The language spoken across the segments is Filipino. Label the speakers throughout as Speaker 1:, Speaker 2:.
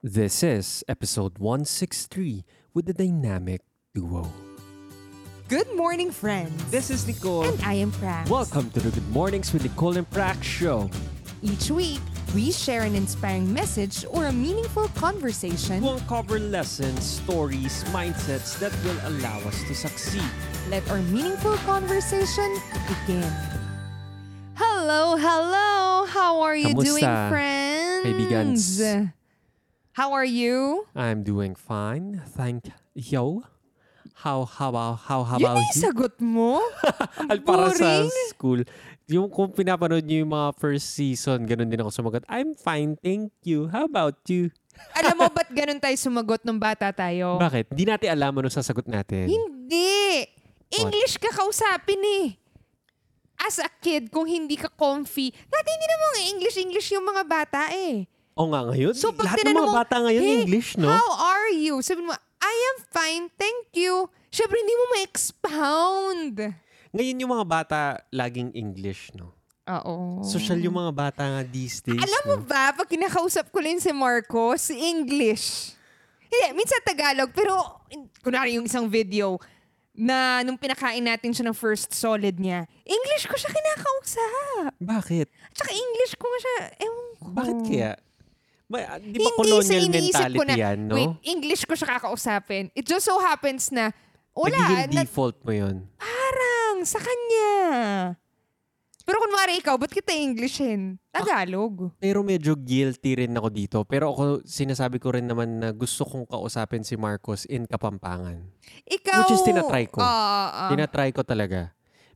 Speaker 1: This is episode 163 with the dynamic duo.
Speaker 2: Good morning, friends.
Speaker 1: This is Nicole.
Speaker 2: and I am Prax.
Speaker 1: Welcome to the Good Mornings with Nicole and Prax show.
Speaker 2: Each week, we share an inspiring message or a meaningful conversation.
Speaker 1: We'll cover lessons, stories, mindsets that will allow us to succeed.
Speaker 2: Let our meaningful conversation begin. Hello, hello. How are you doing,
Speaker 1: Kamusta,
Speaker 2: friends?
Speaker 1: kaibigan?
Speaker 2: How are you?
Speaker 1: I'm doing fine. Thank you. How how about how how
Speaker 2: Yun
Speaker 1: about
Speaker 2: na yung sagot mo?
Speaker 1: Al para sa
Speaker 2: boring.
Speaker 1: school. Yung kung pinapanood niyo yung mga first season, ganun din ako sumagot. I'm fine, thank you. How about you?
Speaker 2: Alam mo ba't ganun tayo sumagot nung bata tayo?
Speaker 1: Bakit? Hindi natin alam ano sasagot natin.
Speaker 2: Hindi. English ka kausapin eh. As a kid, kung hindi ka comfy, dati hindi namang English-English yung mga bata eh.
Speaker 1: O nga ngayon,
Speaker 2: So pag
Speaker 1: lahat ng
Speaker 2: tinanong
Speaker 1: mga
Speaker 2: mo,
Speaker 1: bata ngayon
Speaker 2: "Hey,
Speaker 1: English, no?
Speaker 2: How are you? Sabi mo, I am fine, thank you. Siyempre, hindi mo ma-expound.
Speaker 1: Ngayon yung mga bata laging English, no?
Speaker 2: Oo.
Speaker 1: Social yung mga bata nga these days.
Speaker 2: Alam mo
Speaker 1: no?
Speaker 2: ba, pag kinakausap ko rin si Marcos, English. Hindi, minsan Tagalog, pero in- kunwari yung isang video na nung pinakain natin siya ng first solid niya, English ko siya kinakausap.
Speaker 1: Bakit?
Speaker 2: At saka English ko nga siya, ewan ko.
Speaker 1: Bakit kaya? May, ah, di ba
Speaker 2: Hindi sa
Speaker 1: colonial
Speaker 2: iniisip ko na,
Speaker 1: mentality yan, no?
Speaker 2: wait, English ko siya kakausapin. It just so happens na, wala,
Speaker 1: Nagiging
Speaker 2: na,
Speaker 1: default mo yun.
Speaker 2: parang sa kanya. Pero kunwari ikaw, ba't kita Englishin?
Speaker 1: Ah.
Speaker 2: Tagalog.
Speaker 1: Pero medyo guilty rin ako dito. Pero ako, sinasabi ko rin naman na gusto kong kausapin si Marcos in Kapampangan.
Speaker 2: Ikaw, ah,
Speaker 1: Which is tinatry ko.
Speaker 2: Oo, oo, oo.
Speaker 1: Tinatry ko talaga.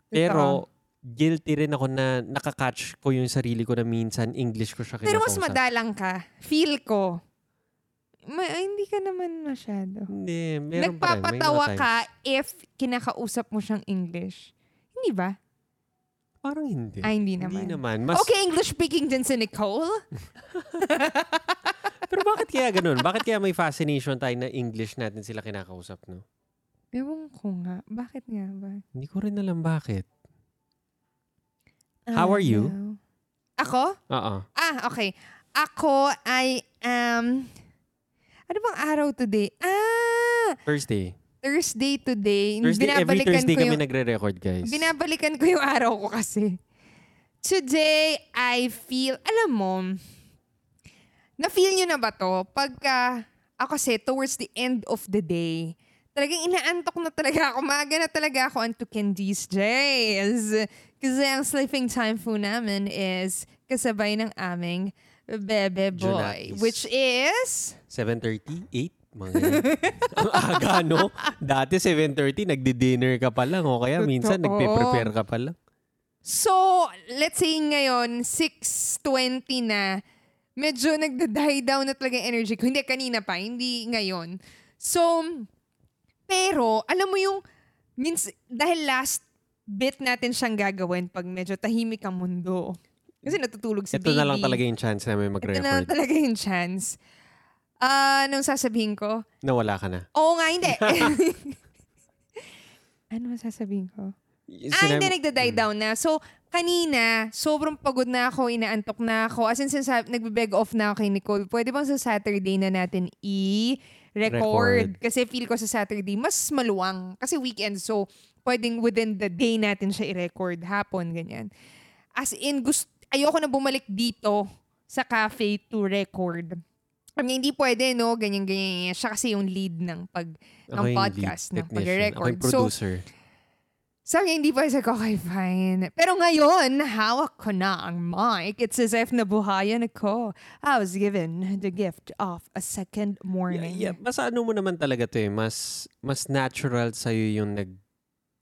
Speaker 1: Pero, guilty rin ako na nakakatch ko yung sarili ko na minsan English ko siya kinakausap.
Speaker 2: Pero mas madalang ka. Feel ko. Ma- ay, hindi ka naman masyado.
Speaker 1: Hindi, meron pa rin. May mga
Speaker 2: Nagpapatawa
Speaker 1: times.
Speaker 2: ka if kinakausap mo siyang English. Hindi ba?
Speaker 1: Parang hindi.
Speaker 2: Ay, hindi naman.
Speaker 1: Hindi naman. Mas,
Speaker 2: okay, English speaking din si Nicole.
Speaker 1: Pero bakit kaya ganun? Bakit kaya may fascination tayo na English natin sila kinakausap, no?
Speaker 2: Ewan ko nga. Bakit nga ba?
Speaker 1: Hindi ko rin alam bakit. How are you?
Speaker 2: Ayaw. Ako?
Speaker 1: Oo.
Speaker 2: Ah, okay. Ako ay, um, ano bang araw today? Ah,
Speaker 1: Thursday.
Speaker 2: Thursday today.
Speaker 1: Thursday every
Speaker 2: Binabalikan
Speaker 1: Thursday
Speaker 2: ko yung-
Speaker 1: kami nagre-record, guys.
Speaker 2: Binabalikan ko yung araw ko kasi. Today, I feel, alam mo, na-feel nyo na ba to? Pagka, ako kasi, towards the end of the day, talagang inaantok na talaga ako. Maaga na talaga ako onto Candy's Jays. Kasi ang sleeping time po namin is kasabay ng aming Bebe Boy.
Speaker 1: Junatis.
Speaker 2: Which is...
Speaker 1: 7.30, 8, mga ganyan. Ang aga, no? Dati 7.30, nagdi-dinner ka pa lang. O kaya minsan
Speaker 2: Totoo.
Speaker 1: nagpe-prepare ka pa lang.
Speaker 2: So, let's say ngayon, 6.20 na, medyo nagda-die down na talaga yung energy ko. Hindi, kanina pa, hindi ngayon. So, pero, alam mo yung, means, dahil last bit natin siyang gagawin pag medyo tahimik ang mundo. Kasi natutulog si
Speaker 1: Ito
Speaker 2: baby.
Speaker 1: na lang talaga yung chance namin
Speaker 2: Ito na lang
Speaker 1: mag-record.
Speaker 2: talaga yung chance. Ah, anong sasabihin ko?
Speaker 1: Nawala ka na.
Speaker 2: Oo nga, hindi. ano sasabihin ko? Ah,
Speaker 1: Sinabi-
Speaker 2: hindi, nagda-die
Speaker 1: Mm.
Speaker 2: down na. So, kanina, sobrang pagod na ako, inaantok na ako. As in, sinasab- nagbe-beg off na ako kay Nicole. Pwede bang sa Saturday na natin i-record? Kasi feel ko sa Saturday, mas maluwang. Kasi weekend, so pwedeng within the day natin siya i-record. Hapon, ganyan. As in, gusto, ayoko na bumalik dito sa cafe to record. I mean, hindi pwede, no? Ganyan, ganyan, ganyan. Siya kasi yung lead ng pag
Speaker 1: Ako
Speaker 2: ng
Speaker 1: yung lead
Speaker 2: podcast, ng
Speaker 1: technician. Ako
Speaker 2: pag-record.
Speaker 1: yung
Speaker 2: So,
Speaker 1: producer.
Speaker 2: sabi niya, hindi pa isa ko kay fine. Pero ngayon, hawak ko na ang mic. It's as if nabuhayan ako. I was given the gift of a second
Speaker 1: Yeah,
Speaker 2: morning.
Speaker 1: yeah. Mas ano mo naman talaga to eh. Mas, mas natural sa'yo yung nag...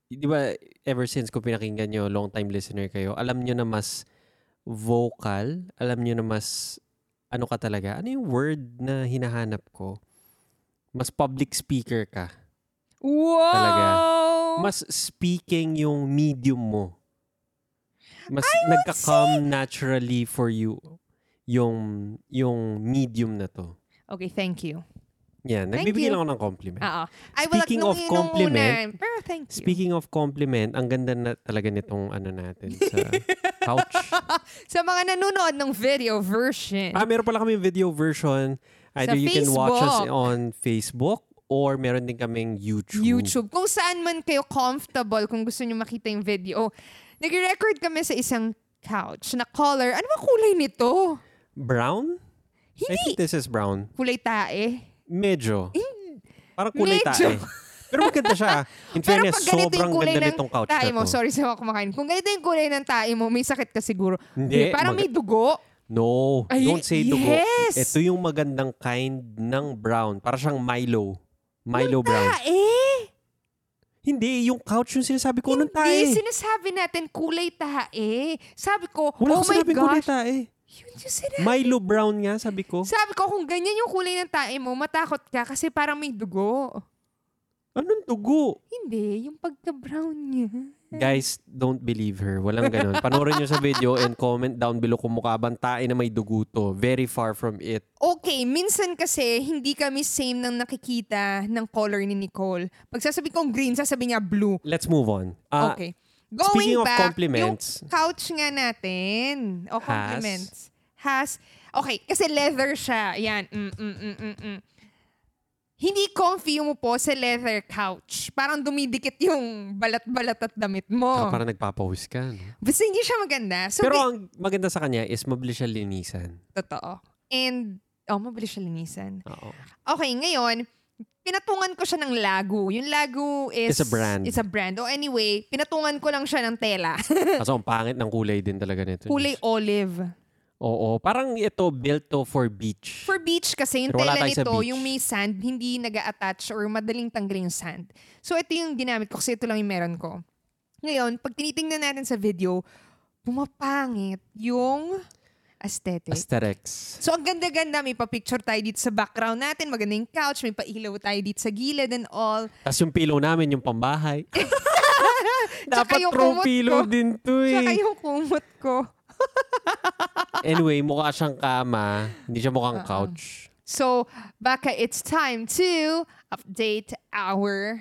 Speaker 1: Di ba, ever since ko pinakinggan nyo, long time listener kayo, alam nyo na mas vocal, alam nyo na mas ano ka talaga. Ano yung word na hinahanap ko? Mas public speaker ka.
Speaker 2: Wow!
Speaker 1: Talaga.
Speaker 2: Oh.
Speaker 1: Mas speaking yung medium mo. Mas
Speaker 2: I would
Speaker 1: nagka-come naturally for you yung yung medium na to.
Speaker 2: okay, thank you.
Speaker 1: Yeah,
Speaker 2: Thank
Speaker 1: nagbibigay
Speaker 2: you.
Speaker 1: lang ako ng compliment.
Speaker 2: Oo. I
Speaker 1: Speaking
Speaker 2: nung-
Speaker 1: of
Speaker 2: nung
Speaker 1: compliment,
Speaker 2: una, pero thank you.
Speaker 1: Speaking of compliment, ang ganda na talaga nitong ano natin sa couch.
Speaker 2: Sa mga nanonood ng video version.
Speaker 1: Ah, meron pala kami video version. Either
Speaker 2: Sa
Speaker 1: you can watch us
Speaker 2: Facebook.
Speaker 1: on Facebook or meron din kaming YouTube.
Speaker 2: YouTube. Kung saan man kayo comfortable, kung gusto nyo makita yung video. Nag-record kami sa isang couch na color. Ano ba kulay nito?
Speaker 1: Brown? I
Speaker 2: Hindi.
Speaker 1: think this is brown.
Speaker 2: Kulay tae.
Speaker 1: Medyo. Parang kulay
Speaker 2: Eh, Medyo.
Speaker 1: tae. Pero maganda siya. In fairness, sobrang ganda nitong couch
Speaker 2: tae
Speaker 1: na
Speaker 2: mo,
Speaker 1: to.
Speaker 2: sorry sa mga kumakain. Kung ganito yung kulay ng tae mo, may sakit ka siguro.
Speaker 1: Hindi,
Speaker 2: Parang
Speaker 1: mag-
Speaker 2: may dugo.
Speaker 1: No,
Speaker 2: Ay,
Speaker 1: don't say dugo.
Speaker 2: yes!
Speaker 1: Ito yung magandang kind ng brown. Para siyang Milo. Milo brown.
Speaker 2: Tae!
Speaker 1: Hindi, yung couch yung sinasabi ko nung tae.
Speaker 2: Hindi, sinasabi natin kulay tae. Sabi ko,
Speaker 1: Wala
Speaker 2: oh
Speaker 1: akong
Speaker 2: my
Speaker 1: sinabing kulay
Speaker 2: gosh.
Speaker 1: tae.
Speaker 2: Yun yung sinabi.
Speaker 1: Milo brown nga, sabi ko.
Speaker 2: Sabi ko, kung ganyan yung kulay ng tae mo, matakot ka kasi parang may dugo.
Speaker 1: Anong dugo?
Speaker 2: Hindi, yung pagka-brown niya.
Speaker 1: Guys, don't believe her. Walang ganun. Panoorin nyo sa video and comment down below kung mukha bang tae na may dugo to. Very far from it.
Speaker 2: Okay, minsan kasi hindi kami same ng nakikita ng color ni Nicole. Pag sasabi kong green, sasabi niya blue.
Speaker 1: Let's move on. Ah,
Speaker 2: okay. Going
Speaker 1: speaking of
Speaker 2: back,
Speaker 1: compliments-
Speaker 2: yung couch nga natin, o
Speaker 1: Has.
Speaker 2: compliments, has, okay, kasi leather siya. Yan, mm, mm, mm, mm, mm. Hindi comfy yung upo sa leather couch. Parang dumidikit yung balat-balat at damit
Speaker 1: Saka
Speaker 2: mo.
Speaker 1: ah, parang nagpapawis ka. no?
Speaker 2: Basta hindi siya maganda. Oh. So,
Speaker 1: Pero
Speaker 2: di-
Speaker 1: ang maganda sa kanya is mabilis siya linisan.
Speaker 2: totoo. And, oh, mabilis siya linisan.
Speaker 1: Oo.
Speaker 2: Okay, ngayon, pinatungan ko siya ng lago. Yung lago is...
Speaker 1: It's a brand.
Speaker 2: It's a brand. O anyway, pinatungan ko lang siya ng tela.
Speaker 1: Kaso ang pangit ng kulay din talaga nito.
Speaker 2: Kulay olive.
Speaker 1: Oo. Parang ito built to for beach.
Speaker 2: For beach kasi, yung
Speaker 1: Pero wala
Speaker 2: tela
Speaker 1: tayo sa
Speaker 2: nito,
Speaker 1: beach.
Speaker 2: yung may sand, hindi nag attach or madaling tanggalin yung sand. So, ito yung ginamit ko kasi ito lang yung meron ko. Ngayon, pag tinitingnan natin sa video, pumapangit yung aesthetic.
Speaker 1: Asterix.
Speaker 2: So, ang ganda-ganda. May pa-picture tayo dito sa background natin. Maganda yung couch. May pa-ilaw tayo dito sa gilid and all.
Speaker 1: Tapos yung pillow namin, yung pambahay.
Speaker 2: Tsaka
Speaker 1: Dapat
Speaker 2: yung
Speaker 1: throw
Speaker 2: kumot
Speaker 1: pillow
Speaker 2: ko.
Speaker 1: din to
Speaker 2: Tsaka
Speaker 1: eh.
Speaker 2: yung kumot ko.
Speaker 1: anyway, mukha siyang kama. Hindi siya mukhang couch.
Speaker 2: So, Baka, it's time to update our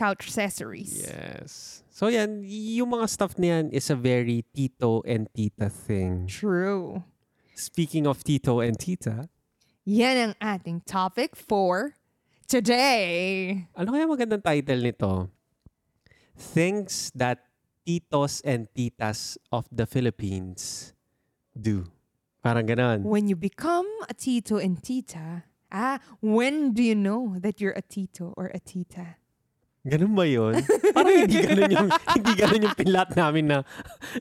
Speaker 2: couch accessories.
Speaker 1: Yes. So yan, yung mga stuff na yan is a very tito and tita thing.
Speaker 2: True.
Speaker 1: Speaking of tito and tita,
Speaker 2: Yan ang ating topic for today.
Speaker 1: ano kaya magandang title nito? Things that titos and titas of the Philippines do. Parang ganon.
Speaker 2: When you become a tito and tita, ah, when do you know that you're a tito or a tita?
Speaker 1: Ganun ba yun? Parang hindi ganun yung, hindi ganun yung pinlat namin na,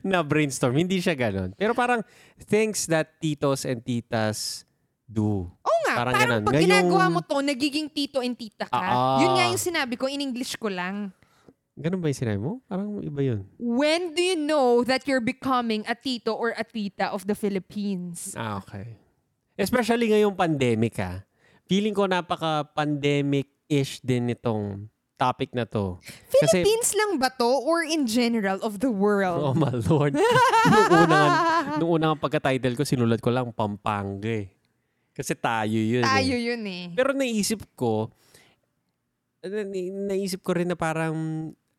Speaker 1: na brainstorm. Hindi siya ganun. Pero parang things that titos and titas do.
Speaker 2: Oo nga,
Speaker 1: Parang
Speaker 2: parang,
Speaker 1: ganun.
Speaker 2: pag
Speaker 1: Ngayong-
Speaker 2: ginagawa mo to, nagiging tito and tita ka.
Speaker 1: Ah, ah.
Speaker 2: Yun nga yung sinabi ko, in English ko lang.
Speaker 1: Ganun ba yung sinabi mo? Parang iba yun.
Speaker 2: When do you know that you're becoming a tito or a tita of the Philippines?
Speaker 1: Ah, okay. Especially ngayong pandemic ah. Feeling ko napaka-pandemic-ish din itong topic na to. Kasi-
Speaker 2: Philippines lang ba to or in general of the
Speaker 1: Oh
Speaker 2: world?
Speaker 1: my lord. nung unang, nung unang pagka-title ko, sinulat ko lang Pampanga eh. Kasi tayo yun eh.
Speaker 2: Tayo yun eh.
Speaker 1: Pero naisip ko, na- na- naisip ko rin na parang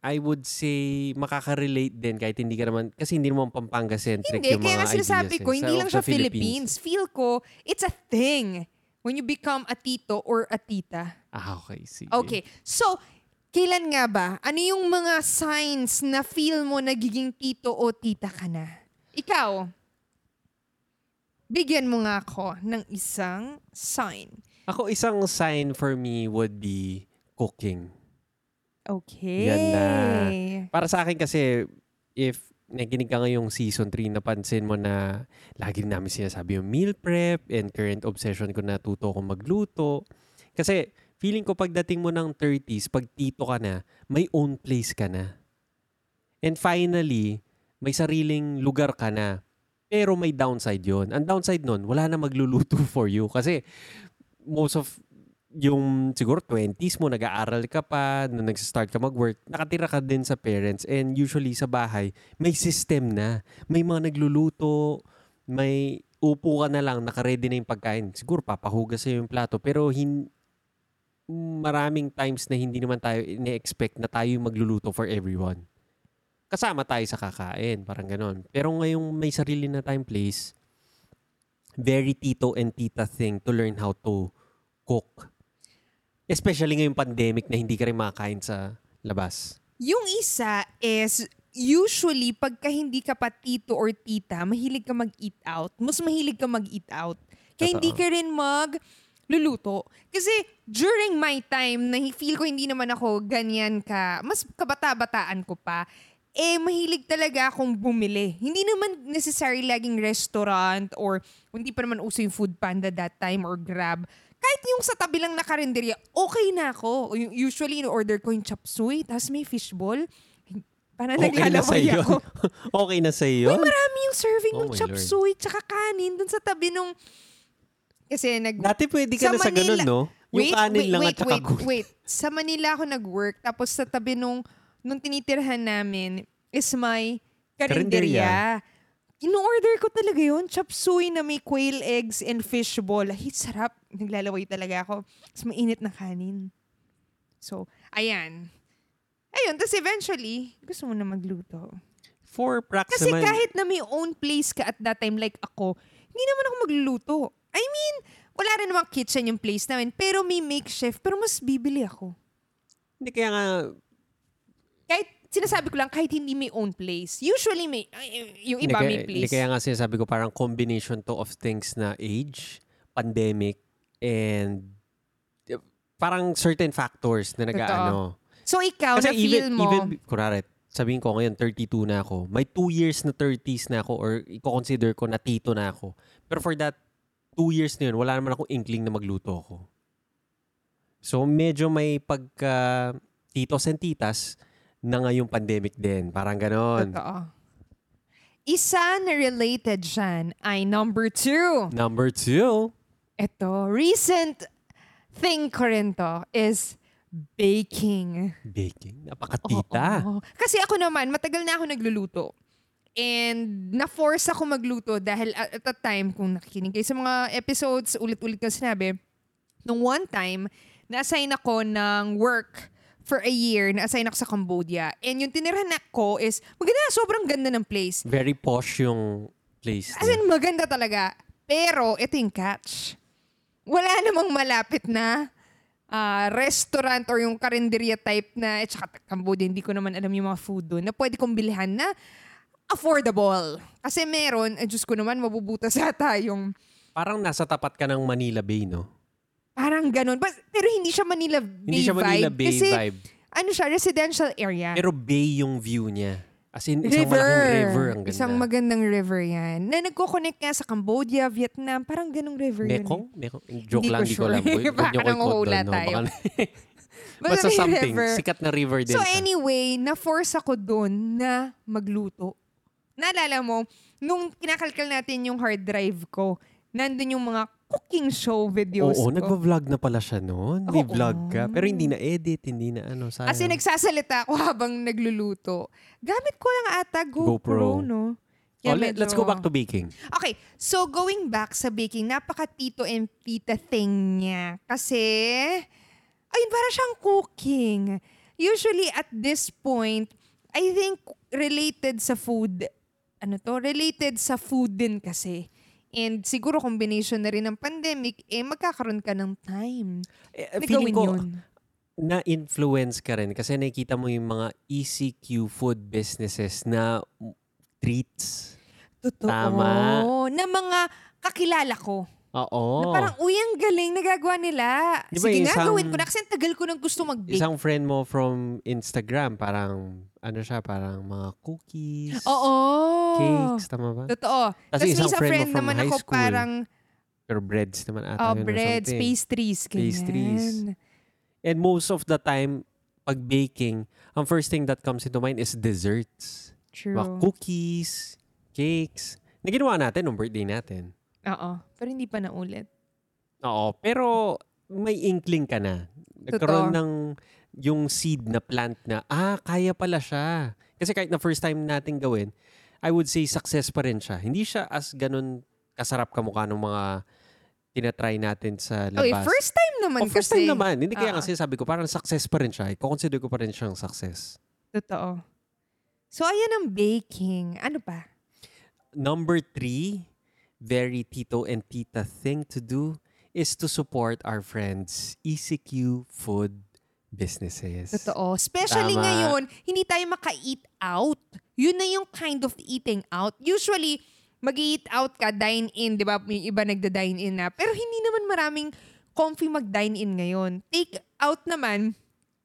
Speaker 1: I would say makaka-relate din kahit hindi ka naman, kasi hindi naman Pampanga-centric
Speaker 2: Hindi,
Speaker 1: yung mga
Speaker 2: kaya nga sinasabi
Speaker 1: ideas,
Speaker 2: ko,
Speaker 1: eh,
Speaker 2: hindi
Speaker 1: sa-
Speaker 2: lang
Speaker 1: of the
Speaker 2: siya Philippines. Feel ko, it's a thing when you become a tito or a tita.
Speaker 1: Ah, okay. Sige.
Speaker 2: Okay, so, kailan nga ba? Ano yung mga signs na feel mo nagiging tito o tita ka na? Ikaw, bigyan mo nga ako ng isang sign.
Speaker 1: Ako, isang sign for me would be cooking.
Speaker 2: Okay.
Speaker 1: Yan na. Para sa akin kasi, if nakikinig ka ngayong season 3, napansin mo na lagi rin namin sinasabi yung meal prep and current obsession ko na tuto akong magluto. Kasi feeling ko pagdating mo ng 30s, pag tito ka na, may own place ka na. And finally, may sariling lugar ka na. Pero may downside yon. Ang downside nun, wala na magluluto for you. Kasi most of yung siguro 20s mo, nag-aaral ka pa, nung nag-start ka mag-work, nakatira ka din sa parents. And usually sa bahay, may system na. May mga nagluluto, may upo ka na lang, nakaredy na yung pagkain. Siguro papahugas sa'yo yung plato. Pero hin- maraming times na hindi naman tayo ine-expect na tayo yung magluluto for everyone. Kasama tayo sa kakain, parang ganon. Pero ngayong may sarili na tayong place, very tito and tita thing to learn how to cook. Especially ngayong pandemic na hindi ka rin makakain sa labas.
Speaker 2: Yung isa is, usually, pagka hindi ka pa tito or tita, mahilig ka mag-eat out. Mas mahilig ka mag-eat out. Kaya hindi
Speaker 1: Totoo.
Speaker 2: ka rin mag luluto. Kasi during my time, na feel ko hindi naman ako ganyan ka, mas kabata-bataan ko pa, eh mahilig talaga akong bumili. Hindi naman necessary laging restaurant or hindi pa naman uso yung food panda that time or grab. Kahit yung sa tabi lang na karinderya, okay na ako. Yung- Usually, in-order ko yung chop suey, tapos may fishball. Parang
Speaker 1: Okay na
Speaker 2: naglalamay
Speaker 1: sa'yo.
Speaker 2: ako.
Speaker 1: okay na
Speaker 2: Uy,
Speaker 1: sa'yo.
Speaker 2: marami yung serving
Speaker 1: Oh
Speaker 2: ng
Speaker 1: my
Speaker 2: chop
Speaker 1: Lord.
Speaker 2: suey tsaka kanin dun sa tabi nung... Kasi nag...
Speaker 1: Dati pwede ka
Speaker 2: Sa
Speaker 1: na sa ganun,
Speaker 2: Manila-
Speaker 1: no? Yung
Speaker 2: wait,
Speaker 1: kanin
Speaker 2: wait,
Speaker 1: lang
Speaker 2: wait,
Speaker 1: at saka
Speaker 2: wait,
Speaker 1: gulay.
Speaker 2: wait. Sa Manila ako nag-work. Tapos sa tabi nung, nung tinitirhan namin is my karinderya. In-order ko talaga yun. Chop suey na may quail eggs and fish ball. Ay, sarap. Naglalaway talaga ako. Mas mainit na kanin. So, ayan. Ayun, tapos eventually, gusto mo na magluto.
Speaker 1: For practice
Speaker 2: Kasi
Speaker 1: naman.
Speaker 2: kahit na may own place ka at that time, like ako, hindi naman ako magluluto. I mean, wala rin namang kitchen yung place namin, pero may makeshift, pero mas bibili ako.
Speaker 1: Hindi kaya nga,
Speaker 2: Kahit, sinasabi ko lang, kahit hindi may own place. Usually may, ay, yung
Speaker 1: hindi
Speaker 2: iba
Speaker 1: kaya,
Speaker 2: may
Speaker 1: hindi
Speaker 2: place.
Speaker 1: kaya nga sinasabi ko parang combination to of things na age, pandemic, and eh, parang certain factors na nag-ano.
Speaker 2: so ikaw, na feel
Speaker 1: even,
Speaker 2: mo,
Speaker 1: even, kunwari, sabihin ko ngayon, 32 na ako. May 2 years na 30s na ako or i-consider ko na tito na ako. Pero for that 2 years na yun, wala naman akong inkling na magluto ako. So medyo may pagka titos and titas na ngayong pandemic din. Parang ganon.
Speaker 2: totoo. Isa na related dyan ay number two.
Speaker 1: Number two,
Speaker 2: Ito, recent thing ko rin to is baking.
Speaker 1: baking.
Speaker 2: Oo,
Speaker 1: Napakatita.
Speaker 2: oo. Kasi ako naman, matagal na ako nagluluto. And na-force ako magluto dahil at at that time, kung nakikinig kayo sa mga episodes, ulit-ulit ko sinabi, nung one time, na-assign ako ng work for a year, na-assign ako sa Cambodia. And yung tinirhan ko is, maganda, sobrang ganda ng place.
Speaker 1: Very posh yung place.
Speaker 2: As
Speaker 1: niya.
Speaker 2: in, maganda talaga. Pero, ito yung catch. Wala namang malapit na ah, restaurant or yung karinderya type na, eh, tsaka Cambodia, hindi ko naman alam yung mga food doon, na pwede kong bilhan na affordable. Kasi meron, eh, Diyos ko naman, mabubutas ata yung
Speaker 1: Parang nasa tapat ka ng Manila Bay, no?
Speaker 2: parang ganun. Bas- pero hindi siya Manila Bay
Speaker 1: Hindi siya Manila
Speaker 2: vibe.
Speaker 1: Bay
Speaker 2: kasi,
Speaker 1: vibe.
Speaker 2: ano siya, residential area.
Speaker 1: Pero bay yung view niya. As in, isang malaking river. Ang ganda.
Speaker 2: Isang magandang river yan. Na nagko-connect nga sa Cambodia, Vietnam, parang ganung river yun. eh.
Speaker 1: Mekong? Mekong? Joke
Speaker 2: Hindi
Speaker 1: lang,
Speaker 2: ko
Speaker 1: hindi ko
Speaker 2: sure.
Speaker 1: alam. Huwag niyo
Speaker 2: Baka
Speaker 1: ko i-quote
Speaker 2: nanguhula
Speaker 1: doon, no?
Speaker 2: tayo.
Speaker 1: Baka-
Speaker 2: Basta
Speaker 1: Basta
Speaker 2: may
Speaker 1: something.
Speaker 2: river.
Speaker 1: Sikat na river din.
Speaker 2: So
Speaker 1: siya.
Speaker 2: anyway, na-force ako doon na magluto. Naalala mo, nung kinakalkal natin yung hard drive ko, nandun yung mga cooking show videos
Speaker 1: Oo,
Speaker 2: ko.
Speaker 1: nagva-vlog na pala siya noon. May
Speaker 2: Oo.
Speaker 1: vlog ka. Pero hindi na-edit, hindi na ano. Sayang.
Speaker 2: ah. As in, nagsasalita ako habang nagluluto. Gamit ko lang ata GoPro,
Speaker 1: GoPro.
Speaker 2: no?
Speaker 1: Oh, let- let's go back to baking.
Speaker 2: Okay, so going back sa baking, napaka-tito and tita thing niya. Kasi, ayun, para siyang cooking. Usually at this point, I think related sa food, ano to, related sa food din kasi. And siguro combination na rin ng pandemic, eh magkakaroon ka ng time
Speaker 1: Eh,
Speaker 2: na
Speaker 1: feeling
Speaker 2: gawin
Speaker 1: ko,
Speaker 2: yun.
Speaker 1: na-influence ka rin kasi nakikita mo yung mga ECQ food businesses na treats.
Speaker 2: Totoo.
Speaker 1: Tama.
Speaker 2: Na mga kakilala ko.
Speaker 1: Oo.
Speaker 2: Na parang, uy, ang galing, nagagawa nila.
Speaker 1: Oh. Di ba
Speaker 2: Sige
Speaker 1: yung
Speaker 2: nga,
Speaker 1: isang-
Speaker 2: gawin ko na kasi ang tagal ko nang gusto mag-bake.
Speaker 1: Isang friend mo from Instagram, parang, ano siya, parang mga cookies,
Speaker 2: Oo.
Speaker 1: cakes, tama ba?
Speaker 2: Totoo. Tapos
Speaker 1: Kasi
Speaker 2: may
Speaker 1: isang
Speaker 2: isang
Speaker 1: friend mo
Speaker 2: friend
Speaker 1: from
Speaker 2: naman
Speaker 1: high
Speaker 2: ako
Speaker 1: school.
Speaker 2: parang
Speaker 1: Or breads naman ata
Speaker 2: oh,
Speaker 1: yun or
Speaker 2: breads,
Speaker 1: something.
Speaker 2: pastries, ganyan.
Speaker 1: Pastries. And most of the time, pag baking, ang first thing that comes into mind is desserts.
Speaker 2: True.
Speaker 1: Mga cookies, cakes. Na ginawa natin nung birthday natin.
Speaker 2: Oo. Pero hindi pa naulit.
Speaker 1: Oo, pero may inkling ka na. Nagkaroon ng yung seed na plant na, ah, kaya pala siya. Kasi kahit na first time natin gawin, I would say success pa rin siya. Hindi siya as ganun kasarap kamukha ng mga tinatry natin sa labas.
Speaker 2: Okay, Oh, eh, first time naman
Speaker 1: Oh, first
Speaker 2: kasi. Ah.
Speaker 1: time naman. Hindi kaya
Speaker 2: Oo.
Speaker 1: kasi sabi ko, parang success pa rin siya. I-consider ko pa rin siyang success.
Speaker 2: Totoo. So, ayan ang baking. Ano pa?
Speaker 1: Number three, very Tito and Tita thing to do is to support our friends ECQ food businesses.
Speaker 2: Totoo. Especially
Speaker 1: Tama.
Speaker 2: ngayon, hindi tayo maka-eat out. Yun na yung kind of eating out. Usually, mag-eat out ka, dine-in, di ba? May iba nagda-dine-in na. Pero hindi naman maraming comfy mag-dine-in ngayon. Take out naman,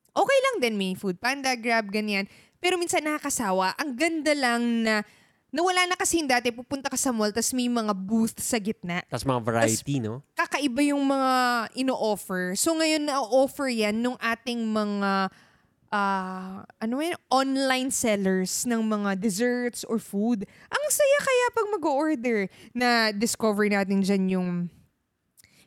Speaker 2: okay lang din. May food panda, grab, ganyan. Pero minsan nakakasawa. Ang ganda lang na nawala na kasi yung dati, pupunta ka sa mall, tas may mga booth sa gitna
Speaker 1: Tapos mga variety, no?
Speaker 2: kakaiba yung mga ino-offer. So ngayon na-offer yan nung ating mga ah, ano yun, online sellers ng mga desserts or food. Ang saya kaya pag mag-order na discover natin dyan yung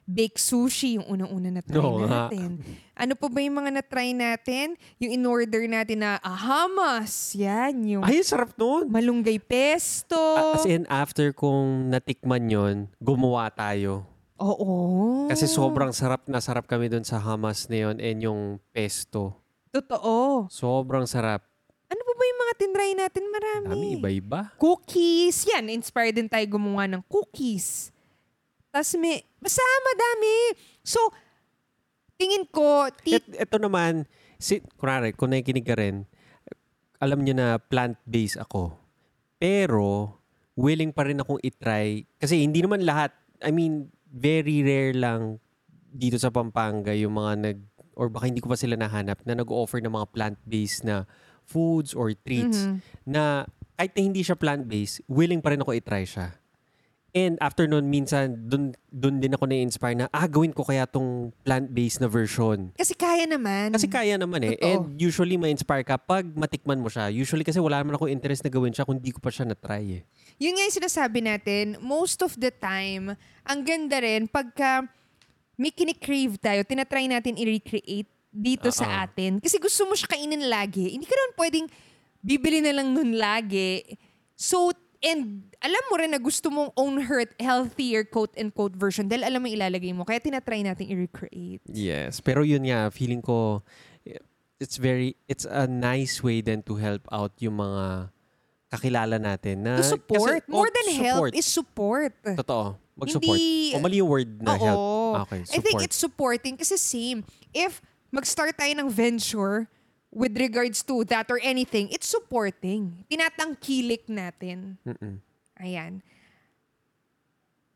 Speaker 2: baked sushi, yung unang-una na-try
Speaker 1: Oo nga.
Speaker 2: natin. Ano pa ba yung mga na-try natin? Yung in-order natin na ah, hamas, yan, yung
Speaker 1: Ay, Ah, ang sarap nun!
Speaker 2: malunggay pesto.
Speaker 1: As in, after kung natikman yon gumawa tayo.
Speaker 2: Oo.
Speaker 1: Kasi sobrang sarap na sarap kami dun sa Hamas na yun and yung pesto.
Speaker 2: Totoo.
Speaker 1: Sobrang sarap.
Speaker 2: Ano pa ba yung mga tinry natin? Marami.
Speaker 1: Dami iba-iba.
Speaker 2: Cookies. Yan, inspired din tayo gumawa ng cookies. Tapos may, basta madami. So, tingin ko, ti-
Speaker 1: Et, eto naman, si, kunwari, kung nakikinig ka rin, alam nyo na plant-based ako. Pero, willing pa rin akong itry. Kasi hindi naman lahat, I mean, very rare lang dito sa Pampanga yung mga nag, or baka hindi ko pa sila nahanap, na nag-offer ng mga plant-based na foods or treats na kahit na hindi siya plant-based, willing pa rin ako itry siya. And after nun, minsan, dun, dun din ako na-inspire na, ah, gawin ko kaya tong plant-based na version.
Speaker 2: kasi kaya naman.
Speaker 1: Kasi kaya naman eh.
Speaker 2: Totoo.
Speaker 1: And usually ma-inspire ka pag matikman mo siya. Usually kasi wala naman ako interest na gawin siya kung di ko pa siya na-try eh.
Speaker 2: yun nga yung sinasabi natin, most of the time, ang ganda rin pagka may kinikrave tayo, tinatry natin i-recreate dito
Speaker 1: Oo.
Speaker 2: sa atin. Kasi gusto mo siya kainin lagi. Hindi ka naman pwedeng bibili na lang nun lagi. So, and alam mo rin na gusto mong own hurt, healthier quote-unquote version dahil alam mo ilalagay mo. Kaya tinatry natin i-recreate.
Speaker 1: Yes. Pero yun nga, feeling ko eh, it's very, it's a nice way then to help out yung mga kakilala natin. Na,
Speaker 2: To
Speaker 1: Ah,
Speaker 2: support.
Speaker 1: kasi-
Speaker 2: More
Speaker 1: oh,
Speaker 2: than
Speaker 1: support.
Speaker 2: help is support.
Speaker 1: Totoo. Mag-support.
Speaker 2: Hindi-
Speaker 1: O mali yung word na help.
Speaker 2: Oo.
Speaker 1: Okay,
Speaker 2: I think
Speaker 1: support.
Speaker 2: it's supporting kasi same. If mag-start tayo ng venture with regards to that or anything, it's supporting. Tinatangkilik natin.
Speaker 1: Mm-mm.
Speaker 2: Ayan.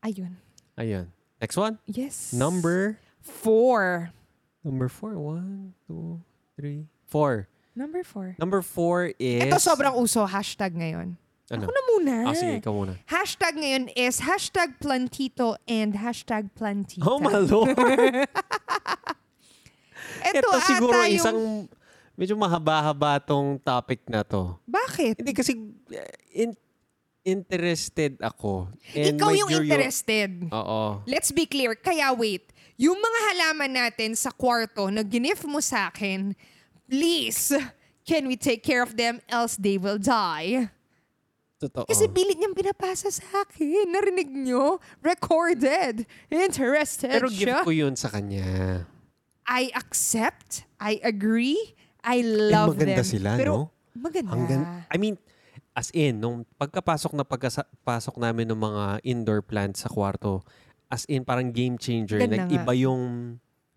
Speaker 2: Ayun.
Speaker 1: Ayun. Next one.
Speaker 2: Yes.
Speaker 1: Number,
Speaker 2: four.
Speaker 1: number four. One, two, three, four.
Speaker 2: Number four.
Speaker 1: Number four is...
Speaker 2: Ito sobrang uso hashtag ngayon.
Speaker 1: Ano?
Speaker 2: Ako na muna.
Speaker 1: Ah, sige, ikaw muna.
Speaker 2: Hashtag ngayon is hashtag plantito and hashtag plantita.
Speaker 1: Oh, my lord.
Speaker 2: Ito,
Speaker 1: Ito
Speaker 2: ata
Speaker 1: siguro
Speaker 2: yung-
Speaker 1: isang medyo mahaba-haba tong topic na to.
Speaker 2: Bakit?
Speaker 1: Hindi kasi eh, in- interested ako. And
Speaker 2: Ikaw
Speaker 1: may
Speaker 2: yung
Speaker 1: curio-
Speaker 2: interested.
Speaker 1: Oo.
Speaker 2: Let's be clear. Kaya wait, yung mga halaman natin sa kwarto na ginif mo sa akin, please, can we take care of them else they will die?
Speaker 1: Totoo.
Speaker 2: Kasi pilit niyang pinapasa sa akin. Narinig niyo? Recorded. Interested
Speaker 1: Pero give
Speaker 2: siya.
Speaker 1: ko yun sa kanya.
Speaker 2: I accept. I agree. I
Speaker 1: And Eh,
Speaker 2: love
Speaker 1: maganda
Speaker 2: them.
Speaker 1: sila,
Speaker 2: Pero
Speaker 1: no?
Speaker 2: maganda.
Speaker 1: Ang gan- I mean, as in, nung pagkapasok na pagkapasok namin ng mga indoor plants sa kwarto, as in, parang game changer.
Speaker 2: Ganda nga.
Speaker 1: Nag-iba yung,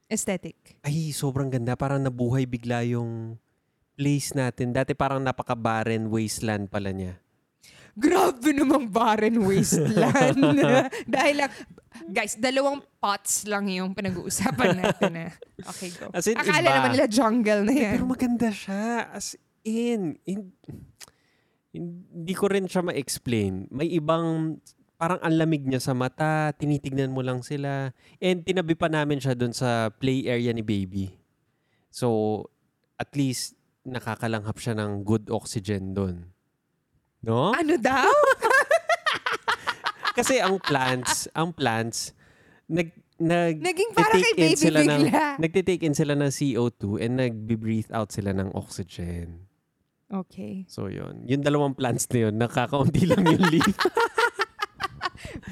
Speaker 2: Aesthetic.
Speaker 1: ay, sobrang ganda. Parang nabuhay bigla yung place natin. Dati parang napaka-barren wasteland pala niya.
Speaker 2: Grabe namang barren wasteland. Dahil lang, guys, dalawang pots lang yung pinag-uusapan natin na. Okay, go.
Speaker 1: As in,
Speaker 2: Akala
Speaker 1: iba.
Speaker 2: naman nila jungle na
Speaker 1: Hindi,
Speaker 2: yan.
Speaker 1: pero maganda siya. As in, hin- hindi ko rin siya ma-explain. May ibang, parang ang lamig niya sa mata, tinitignan mo lang sila. And tinabi pa namin siya doon sa play area ni Baby. So, at least, nakakalanghap siya ng good oxygen doon. No?
Speaker 2: Ano daw?
Speaker 1: Kasi ang plants, ang plants, nag, nag,
Speaker 2: Naging para kay
Speaker 1: nagtitake in
Speaker 2: baby
Speaker 1: sila ng,
Speaker 2: bigla.
Speaker 1: Nagtitake in sila ng CO2 and nagbe-breathe out sila ng oxygen.
Speaker 2: Okay.
Speaker 1: So yun. Yung dalawang plants na yun, nakakaunti lang yung leaf.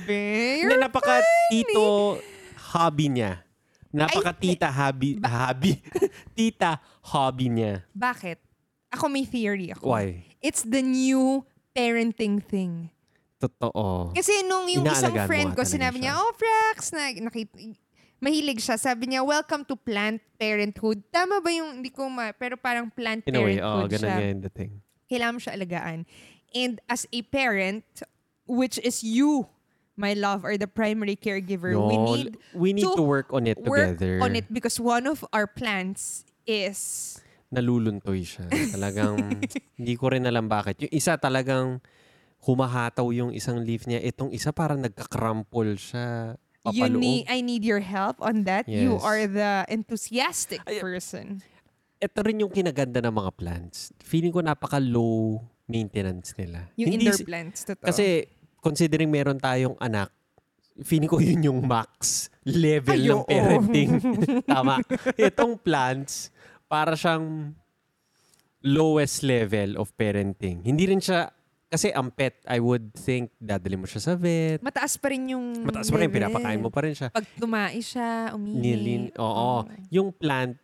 Speaker 2: Bear?
Speaker 1: na napaka-tito hobby niya. Napaka-tita hobby. hobby. tita hobby niya.
Speaker 2: Bakit? Ako may theory ako.
Speaker 1: Why?
Speaker 2: It's the new parenting thing.
Speaker 1: Totoo.
Speaker 2: Kasi nung yung isang
Speaker 1: Inaalagaan mo
Speaker 2: friend
Speaker 1: nga
Speaker 2: ko,
Speaker 1: talaga
Speaker 2: sinabi
Speaker 1: siya.
Speaker 2: niya, oh, Frax, na, nakit- mahilig siya. Sabi niya, welcome to plant parenthood. Tama ba yung, hindi ko ma, pero parang plant
Speaker 1: In a way, oh,
Speaker 2: parenthood
Speaker 1: ganun
Speaker 2: siya.
Speaker 1: nga yung dating.
Speaker 2: Kailangan mo siya alagaan. And as a parent, which is you, my love, or the primary caregiver, we
Speaker 1: Yun.
Speaker 2: need
Speaker 1: we need
Speaker 2: to
Speaker 1: to, work on it
Speaker 2: work
Speaker 1: together.
Speaker 2: on it because one of our plants is
Speaker 1: Naluluntoy siya. Talagang, hindi ko rin alam bakit. Yung isa talagang humahataw yung isang leaf niya. Itong isa parang nagkakrampol siya.
Speaker 2: you
Speaker 1: papaloob.
Speaker 2: need I need your help on that. You
Speaker 1: Yes.
Speaker 2: are the enthusiastic
Speaker 1: Ay-
Speaker 2: person.
Speaker 1: ito rin yung kinaganda ng mga plants. Feeling ko napaka-low maintenance nila.
Speaker 2: Yung
Speaker 1: Hindi
Speaker 2: indoor
Speaker 1: si-
Speaker 2: plants totoo.
Speaker 1: Kasi considering meron tayong anak, feeling ko yun yung max level
Speaker 2: Ay,
Speaker 1: ng
Speaker 2: oo.
Speaker 1: parenting. Tama. Itong plants, para siyang lowest level of parenting. Hindi rin siya, kasi ang pet, I would think, dadali mo siya sa vet.
Speaker 2: mataas pa rin yung
Speaker 1: Mataas pa rin,
Speaker 2: level.
Speaker 1: pinapakain mo pa rin siya.
Speaker 2: Pag tumai siya,
Speaker 1: Nilin,
Speaker 2: umihi.
Speaker 1: oo. Yung plant,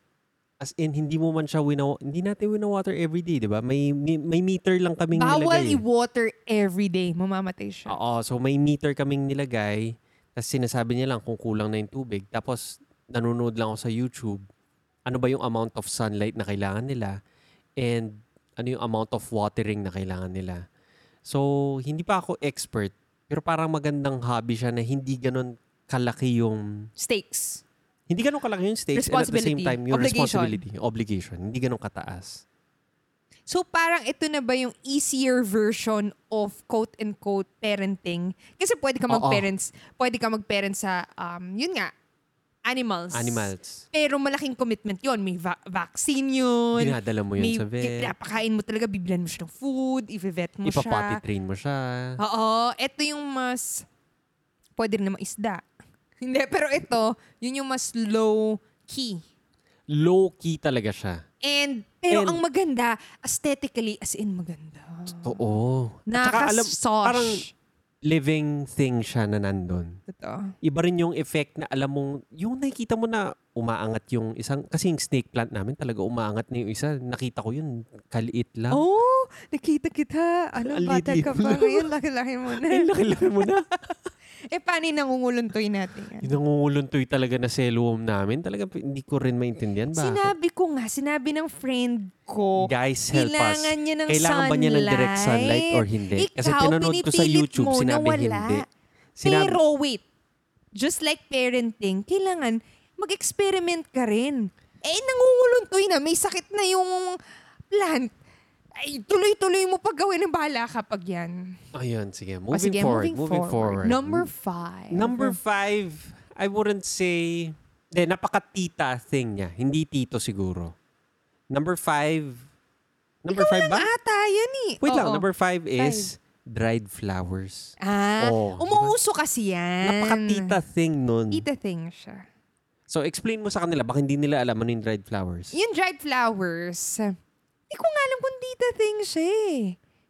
Speaker 1: as in, hindi mo man siya winaw, hindi natin winawater every day, di ba? May, may, may meter lang kaming
Speaker 2: Bawal
Speaker 1: nilagay. eh.
Speaker 2: i-water every day. Mamamatay siya.
Speaker 1: Oo, so may meter kaming nilagay, tapos sinasabi niya lang kung kulang na yung tubig. Tapos, nanonood lang ako sa YouTube, ano ba yung amount of sunlight na kailangan nila, and ano yung amount of watering na kailangan nila. So, hindi pa ako expert, pero parang magandang hobby siya na hindi ganun kalaki yung
Speaker 2: Stakes.
Speaker 1: hindi ganun kalaki yung stakes and at the same
Speaker 2: Responsibility.
Speaker 1: time yung
Speaker 2: Obligation.
Speaker 1: responsibility, obligation. Hindi ganun kataas.
Speaker 2: So parang ito na ba yung easier version of quote-unquote parenting? Kasi pwede ka
Speaker 1: Oo.
Speaker 2: mag-parents, pwede ka mag-parents sa, um, yun nga, animals.
Speaker 1: Animals.
Speaker 2: Pero malaking commitment yon May va- vaccine yun.
Speaker 1: Dinadala mo yun
Speaker 2: may,
Speaker 1: sa vet.
Speaker 2: Pinapakain mo talaga, biblan mo siya ng food, ive-vet mo
Speaker 1: Ipapati
Speaker 2: siya.
Speaker 1: train mo siya.
Speaker 2: Oo, ito yung mas, pwede rin naman isda. Hindi, pero ito, yun yung mas low key.
Speaker 1: Low key talaga siya.
Speaker 2: And, pero
Speaker 1: And-
Speaker 2: ang maganda, aesthetically, as in maganda.
Speaker 1: Oo. At saka alam,
Speaker 2: Nakasosh.
Speaker 1: parang living thing siya na nandun.
Speaker 2: Ito.
Speaker 1: Iba rin yung effect na alam mong, yung nakikita mo na umaangat yung isang, kasi yung snake plant namin talaga umaangat na yung isa. Nakita ko yun, kaliit lang.
Speaker 2: Oh, nakita kita. Ano,
Speaker 1: Ang
Speaker 2: bata
Speaker 1: liit-liit
Speaker 2: ka
Speaker 1: mo
Speaker 2: pa
Speaker 1: lang.
Speaker 2: ngayon. Laki-laki mo
Speaker 1: Ay,
Speaker 2: na.
Speaker 1: laki-laki mo na.
Speaker 2: eh, paano yung nangunguluntoy natin yan?
Speaker 1: Yung nangunguluntoy talaga na cellulum namin, talaga hindi ko rin maintindihan bakit.
Speaker 2: Sinabi ko nga, sinabi ng friend ko,
Speaker 1: Guys, help us.
Speaker 2: kailangan niya ng
Speaker 1: Kailangan
Speaker 2: sunlight.
Speaker 1: ba niya ng direct sunlight or hindi? Kasi
Speaker 2: Ikaw,
Speaker 1: pinanood ko sa
Speaker 2: pinipilit
Speaker 1: YouTube,
Speaker 2: mo na
Speaker 1: sinabi
Speaker 2: wala.
Speaker 1: hindi. Sinabi,
Speaker 2: Pero wait, just like parenting, kailangan mag-experiment ka rin. Eh, nangunguluntoy na, may sakit na yung plant. Ay, tuloy-tuloy mo paggawin ng bahala kapag yan.
Speaker 1: ayun, sige,
Speaker 2: O,
Speaker 1: moving
Speaker 2: Oh, sige,
Speaker 1: forward, moving, forward. Mm.
Speaker 2: Number five.
Speaker 1: Number five, I wouldn't say, de, napaka-tita thing niya. Hindi tito siguro. Number five, number
Speaker 2: Ikaw
Speaker 1: five ba?
Speaker 2: lang ata, yan eh.
Speaker 1: Wait lang,
Speaker 2: Oo.
Speaker 1: number five is dried flowers.
Speaker 2: Ah,
Speaker 1: Oh, diba?
Speaker 2: umuuso kasi yan.
Speaker 1: Napaka-tita thing nun.
Speaker 2: Tita thing siya.
Speaker 1: So, explain mo sa kanila, baka hindi nila alam ano yung dried flowers.
Speaker 2: Yung dried flowers, hindi ko nga alam kung tita thing siya eh.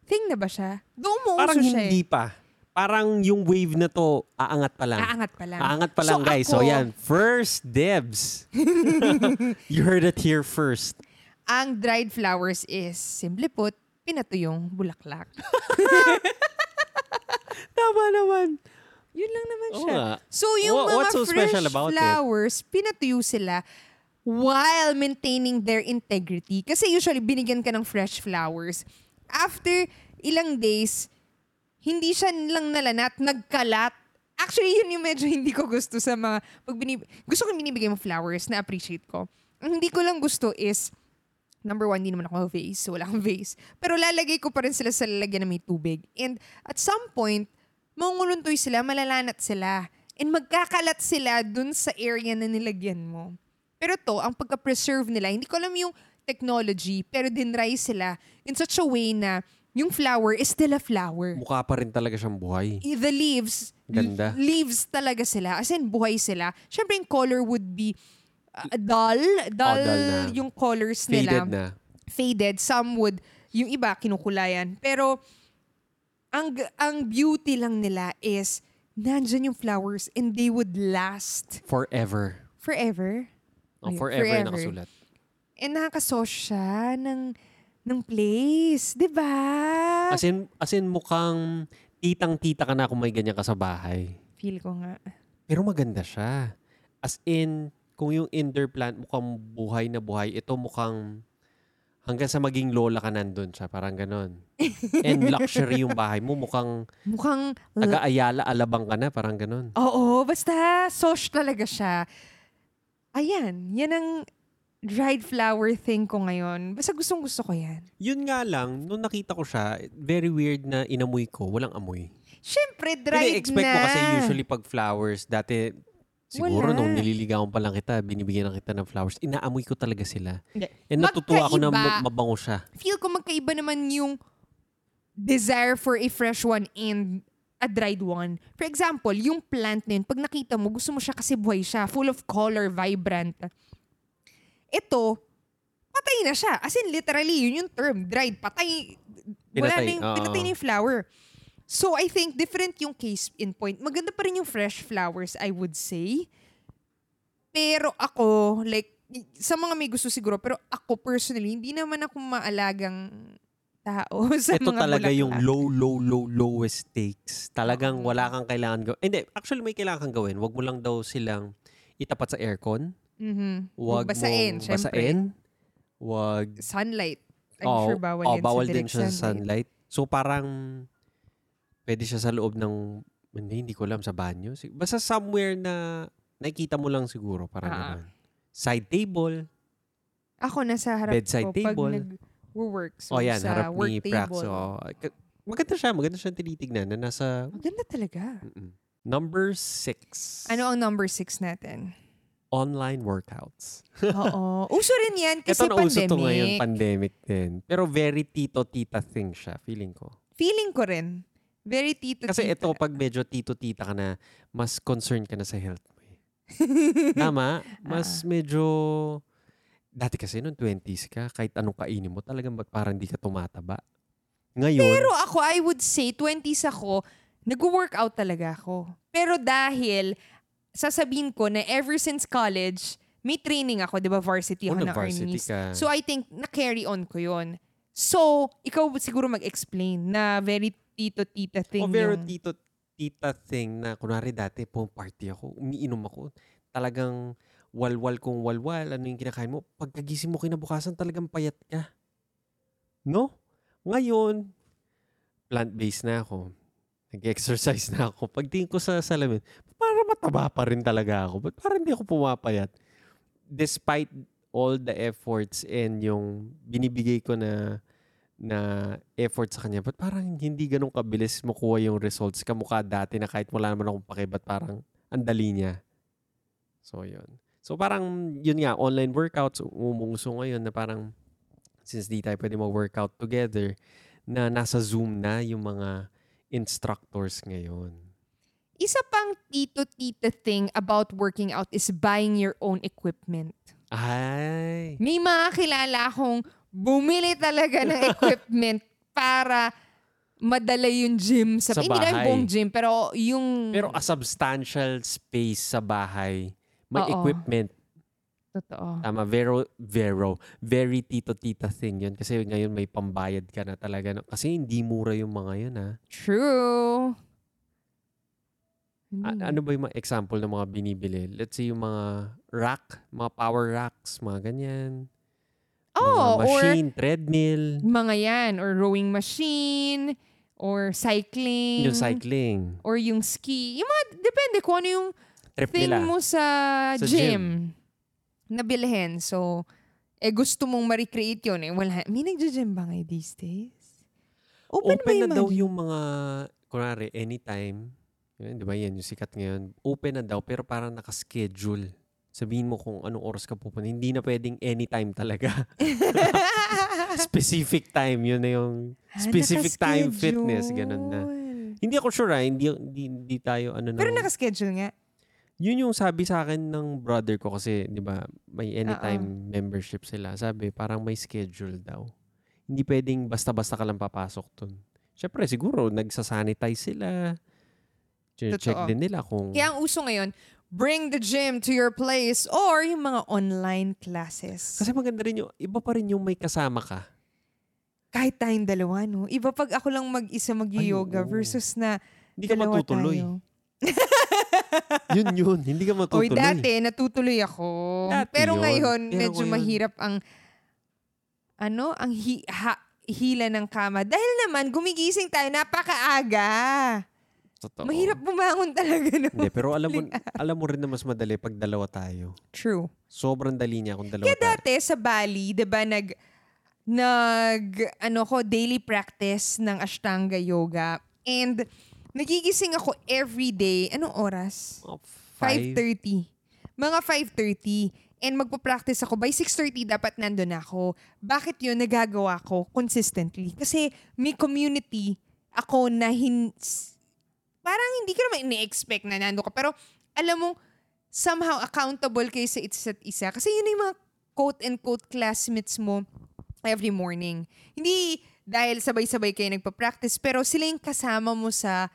Speaker 2: Thing na ba siya? Doon umuuso
Speaker 1: Parang
Speaker 2: siya
Speaker 1: hindi
Speaker 2: eh.
Speaker 1: pa. Parang yung wave na to, aangat pa lang.
Speaker 2: Aangat pa lang.
Speaker 1: Aangat pa lang,
Speaker 2: So,
Speaker 1: guys.
Speaker 2: ako-
Speaker 1: so, yan. First dibs. you heard it here first.
Speaker 2: Ang dried flowers is, simple put, pinatuyong bulaklak.
Speaker 1: Tama naman.
Speaker 2: Yun lang naman
Speaker 1: Oo
Speaker 2: siya.
Speaker 1: nga.
Speaker 2: So yung
Speaker 1: Wha-
Speaker 2: mga
Speaker 1: what's so
Speaker 2: fresh
Speaker 1: special about it?
Speaker 2: flowers, pinatuyo sila while maintaining their integrity. Kasi usually, binigyan ka ng fresh flowers. After ilang days, hindi siya lang nalanat, nagkalat. Actually, yun yung medyo hindi ko gusto sa mga... Pag binib- gusto ko yung binibigay mo flowers na appreciate ko. Ang hindi ko lang gusto is, number one, hindi naman ako vase. So wala akong vase. Pero lalagay ko pa rin sila sa lalagyan na may tubig. And at some point, manguluntoy sila, malalanat sila. And magkakalat sila dun sa area na nilagyan mo. Pero to, ang pagka-preserve nila, hindi ko alam yung technology, pero dinry sila in such a way na yung flower is still a flower
Speaker 1: Mukha pa rin talaga siyang buhay.
Speaker 2: i- the leaves,
Speaker 1: Ganda.
Speaker 2: l- leaves talaga sila. As in, buhay sila. Siyempre, yung color would be uh, dull. Dull
Speaker 1: Oh, dull na.
Speaker 2: yung colors nila.
Speaker 1: Faded na.
Speaker 2: Faded. Some would, yung iba, kinukulayan. Pero, ang, g- ang beauty lang nila is, nandyan yung flowers and they would last
Speaker 1: Forever.
Speaker 2: forever.
Speaker 1: Oh,
Speaker 2: Ayun,
Speaker 1: forever,
Speaker 2: forever.
Speaker 1: na nakasulat.
Speaker 2: And nakakasosh siya ng, ng place. 'di ba
Speaker 1: Ah. As in, as in mukhang Kitang-kita ka na kung may ganyan ka sa bahay.
Speaker 2: Feel ko nga.
Speaker 1: Pero maganda siya. As in, kung yung indoor plant mukhang buhay na buhay, ito mukhang hanggang sa maging lola ka nandun siya. Parang ganon. And luxury yung bahay mo. Mukhang
Speaker 2: Mukhang,
Speaker 1: taga-ayala, alabang ka na. Parang ganon.
Speaker 2: oo, basta sosh talaga siya. Ayan, yan ang dried flower thing ko ngayon. Basta gustong gusto ko yan.
Speaker 1: Yun nga lang, nung nakita ko siya, very weird na inamoy ko. Walang amoy.
Speaker 2: Siyempre, dried
Speaker 1: Hindi, expect
Speaker 2: na.
Speaker 1: ko kasi usually pag flowers, dati siguro
Speaker 2: Wala.
Speaker 1: nung nililigawan pa lang kita, binibigyan na kita ng flowers, inaamoy ko talaga sila.
Speaker 2: Hindi.
Speaker 1: And natutuwa ako na
Speaker 2: Magkaiba.
Speaker 1: ma- mabango siya.
Speaker 2: Feel ko magkaiba naman yung desire for a fresh one and a dried one. For example, yung plant na yun, pag nakita mo, gusto mo siya kasi buhay siya, full of color, vibrant. Ito, patay na siya. As in, literally, yun yung term, dried, patay. Wala
Speaker 1: Pinatay,
Speaker 2: na yung,
Speaker 1: oo.
Speaker 2: pinatay na yung flower. So, I think different yung case in point. Maganda pa rin yung fresh flowers, I would say. Pero ako, like, y- sa mga may gusto siguro, pero ako personally, hindi naman ako maalagang tao sa
Speaker 1: Ito
Speaker 2: mga
Speaker 1: talaga yung
Speaker 2: bulaklak.
Speaker 1: low, low, low, lowest stakes. Talagang
Speaker 2: Oo.
Speaker 1: wala kang kailangan gawin. Hindi, actually may kailangan kang gawin. Huwag mo lang daw silang itapat sa aircon.
Speaker 2: Mhm.
Speaker 1: Huwag
Speaker 2: basain,
Speaker 1: mong
Speaker 2: syempre.
Speaker 1: basain. Huwag
Speaker 2: Sunlight. I'm
Speaker 1: Oo,
Speaker 2: sure bawal
Speaker 1: oo,
Speaker 2: yan
Speaker 1: Oh, bawal
Speaker 2: sa
Speaker 1: din
Speaker 2: direct
Speaker 1: siya sa sunlight. So parang pwede siya sa loob ng hindi, hindi ko alam sa banyo. Sig- Basta somewhere na nakikita mo lang siguro parang
Speaker 2: Ah.
Speaker 1: ganun. Side table.
Speaker 2: Ako nasa harap
Speaker 1: Bedside
Speaker 2: ko pag
Speaker 1: table.
Speaker 2: nag-work. So,
Speaker 1: o Oh, yan,
Speaker 2: sa
Speaker 1: harap
Speaker 2: work
Speaker 1: ni
Speaker 2: table.
Speaker 1: Prax. oo. K- maganda siya, maganda siya tinitignan na nasa
Speaker 2: Ang ganda talaga.
Speaker 1: Mm-mm. number six.
Speaker 2: Ano ang number six natin?
Speaker 1: Online workouts.
Speaker 2: Oo. Uso rin yan
Speaker 1: Ito
Speaker 2: kasi
Speaker 1: na uso
Speaker 2: pandemic.
Speaker 1: to ngayon, pandemic din. Pero very tito-tita thing siya, feeling ko.
Speaker 2: Feeling ko rin. Very tito
Speaker 1: Kasi ito, pag medyo tito-tita ka na, mas concerned ka na sa health mo. eh.
Speaker 2: Ah.
Speaker 1: Tama? Mas medyo... Dati kasi nung 20s ka, kahit anong kainin mo, talagang ba't parang di ka tumataba? Ngayon,
Speaker 2: Pero ako, I would say, 20s ako, nag-workout talaga ako. Pero dahil, sasabihin ko na ever since college, may training ako, di ba, varsity
Speaker 1: oh,
Speaker 2: ako na
Speaker 1: nag-varsity
Speaker 2: Arnie's.
Speaker 1: ka.
Speaker 2: So I think, na-carry on ko yon So, ikaw siguro mag-explain na very tito-tita thing
Speaker 1: o pero
Speaker 2: yung-
Speaker 1: tito-tita thing na, kunwari dati, pong party ako, umiinom ako, talagang walwal kung walwal, ano yung kinakain mo, pagkagising mo kinabukasan, talagang payat ka. No? Ngayon, plant-based na ako. Nag-exercise na ako. Pagtingin ko sa salamin, para mataba pa rin talaga ako. But parang hindi ako pumapayat. Despite all the efforts and yung binibigay ko na na effort sa kanya, but parang hindi ganun kabilis makuha yung results kamukha dati na kahit wala naman akong pake, but parang ang dali niya. So, yun. So, parang, yun nga, online workouts, umungso ngayon na parang, since di tayo pwede mag-workout together, na nasa Zoom na yung mga instructors ngayon.
Speaker 2: Isa pang tito-tita thing about working out is buying your own equipment.
Speaker 1: Ay!
Speaker 2: May mga kilala akong bumili talaga ng equipment para madala yung gym sa,
Speaker 1: Sa
Speaker 2: Hindi na yung
Speaker 1: bahay.
Speaker 2: buong gym, pero yung...
Speaker 1: Pero a substantial space sa bahay, may
Speaker 2: Oo.
Speaker 1: equipment
Speaker 2: totoo.
Speaker 1: Tama, vero, vero. Very tito-tita thing yun. Kasi ngayon may pambayad ka na talaga. no? Kasi hindi mura yung mga yun, ah. ha?
Speaker 2: True.
Speaker 1: A-
Speaker 2: Hmm.
Speaker 1: ano ba yung mga example ng mga binibili? Let's say yung mga rack, mga power racks, mga ganyan.
Speaker 2: oh,
Speaker 1: mga
Speaker 2: or
Speaker 1: machine, treadmill,
Speaker 2: mga yan. Or rowing machine, or cycling.
Speaker 1: yung cycling,
Speaker 2: Or yung ski. Yung mga, depende kung ano yung
Speaker 1: trip
Speaker 2: thing
Speaker 1: nila.
Speaker 2: mo sa,
Speaker 1: Sa
Speaker 2: gym, na bilhin. So, eh gusto mong ma-recreate yun. Eh, wala. May nagja-gym ba ngayon these days?
Speaker 1: Open
Speaker 2: Open, ba
Speaker 1: na daw
Speaker 2: imagine?
Speaker 1: yung mga, kunwari, anytime. Yun, di ba yan yung sikat ngayon? Open na daw, pero parang nakaschedule. Sabihin mo kung anong oras ka pupunta. Hindi na pwedeng anytime talaga. specific time yun na yung
Speaker 2: Ah,
Speaker 1: specific time
Speaker 2: nakaschedule.
Speaker 1: fitness ganun na hindi ako sure ah hindi, hindi, hindi tayo ano
Speaker 2: Pero
Speaker 1: nung-
Speaker 2: nakaschedule nga.
Speaker 1: Mm. yun yung sabi sa akin ng brother ko kasi di ba may anytime membership sila sabi parang may schedule daw hindi pwedeng basta-basta ka lang papasok dun syempre siguro nagsasanitize sila check
Speaker 2: Totoo.
Speaker 1: din nila kung
Speaker 2: Kaya ang uso ngayon, bring the gym to your place or yung mga online classes.
Speaker 1: kasi maganda rin yung iba pa rin yung may kasama ka
Speaker 2: kahit tayong dalawa, no? Iba pag ako lang mag-isa mag-yoga
Speaker 1: Ay, oo.
Speaker 2: versus na
Speaker 1: Hindi ka
Speaker 2: dalawa
Speaker 1: matutuloy.
Speaker 2: tayo.
Speaker 1: yun yun. Hindi ka
Speaker 2: Oy,
Speaker 1: matutuloy.
Speaker 2: dati, natutuloy ako.
Speaker 1: Dati
Speaker 2: Pero
Speaker 1: yun.
Speaker 2: ngayon,
Speaker 1: Pero
Speaker 2: medyo
Speaker 1: ngayon-
Speaker 2: mahirap ang, ano, ang hi- ha- hila ng kama. Dahil naman, gumigising tayo napakaaga.
Speaker 1: Totoo.
Speaker 2: Mahirap bumangon talaga, no?
Speaker 1: Hindi, pero alam mo, alam mo rin na mas madali pag dalawa tayo.
Speaker 2: True.
Speaker 1: Sobrang dali niya kung dalawa
Speaker 2: Kaya
Speaker 1: tayo.
Speaker 2: dati, sa Bali, di ba, nag, nag, ano ko, daily practice ng Ashtanga Yoga. And, nagigising ako every day. Anong oras?
Speaker 1: Oh, five.
Speaker 2: 5.30. Mga 5.30. And magpo-practice ako. By 6.30 dapat nandun ako. Bakit yun nagagawa ko consistently? Kasi may community ako na hin- s- parang hindi ka naman ini-expect na nandun ka. Pero alam mo, somehow accountable kayo sa isa't isa. Kasi yun na yung mga quote-unquote classmates mo every morning. Hindi dahil sabay-sabay kayo nagpa-practice, pero sila yung kasama mo sa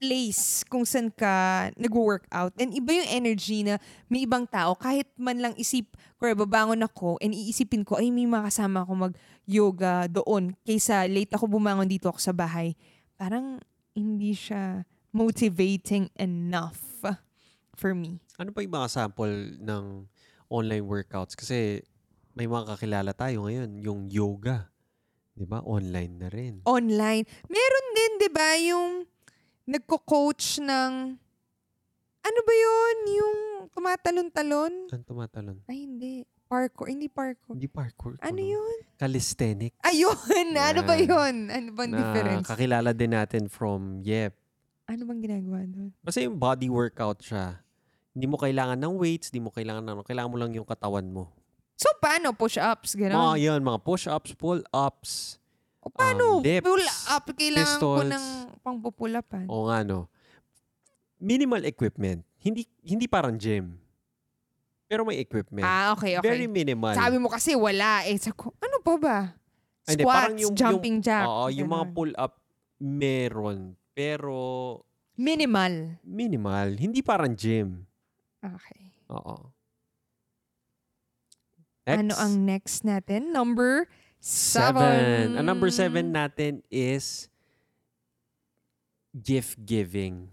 Speaker 2: place kung saan ka nag-workout. And iba yung energy na may ibang tao, kahit man lang isip, kaya babangon ako and iisipin ko, ay may mga kasama ako mag-yoga doon kaysa late ako bumangon dito ako sa bahay. Parang hindi siya motivating enough for me.
Speaker 1: Ano pa yung mga sample ng online workouts? Kasi may mga kakilala tayo ngayon, yung yoga. Di ba? Online na rin.
Speaker 2: online. Meron din, di ba, yung nagko-coach ng, ano ba yun? Yung tumatalon-talon?
Speaker 1: Saan tumatalon?
Speaker 2: Ay, hindi. Parkour. Hindi parkour.
Speaker 1: Hindi parkour.
Speaker 2: Ano
Speaker 1: kuno.
Speaker 2: yun?
Speaker 1: Calisthenic.
Speaker 2: Ayun! Ano ba
Speaker 1: Yan.
Speaker 2: yun? Ano bang
Speaker 1: Na
Speaker 2: difference?
Speaker 1: kakilala din natin from Yep.
Speaker 2: ano bang ginagawa doon?
Speaker 1: Kasi yung body workout siya. Hindi mo kailangan ng weights, hindi mo kailangan ng ano. Kailangan mo lang yung katawan mo.
Speaker 2: So, paano? Push-ups?
Speaker 1: Mga
Speaker 2: Gano'n?
Speaker 1: yun, mga push-ups, pull-ups.
Speaker 2: O paano?
Speaker 1: um, dips,
Speaker 2: Pull-up? Kailangan ko
Speaker 1: pistols. Oh,
Speaker 2: ng ah. pangpupulapan.
Speaker 1: O nga no. Minimal equipment. Hindi hindi parang gym. Pero may equipment.
Speaker 2: Ah, okay,
Speaker 1: Very
Speaker 2: okay.
Speaker 1: minimal.
Speaker 2: Sabi mo kasi wala. Eh, sabi ko, ano pa ba?
Speaker 1: Ay, hindi, parang
Speaker 2: Squats,
Speaker 1: yung- yung-
Speaker 2: jumping jack.
Speaker 1: Oo, yung mga
Speaker 2: ganon.
Speaker 1: pull-up meron. Pero
Speaker 2: Minimal.
Speaker 1: minimal. Hindi parang gym.
Speaker 2: Okay.
Speaker 1: Oo.
Speaker 2: Ano
Speaker 1: Next.
Speaker 2: ang next natin? Number
Speaker 1: Seven.
Speaker 2: seven.
Speaker 1: Ang number seven natin is gift giving.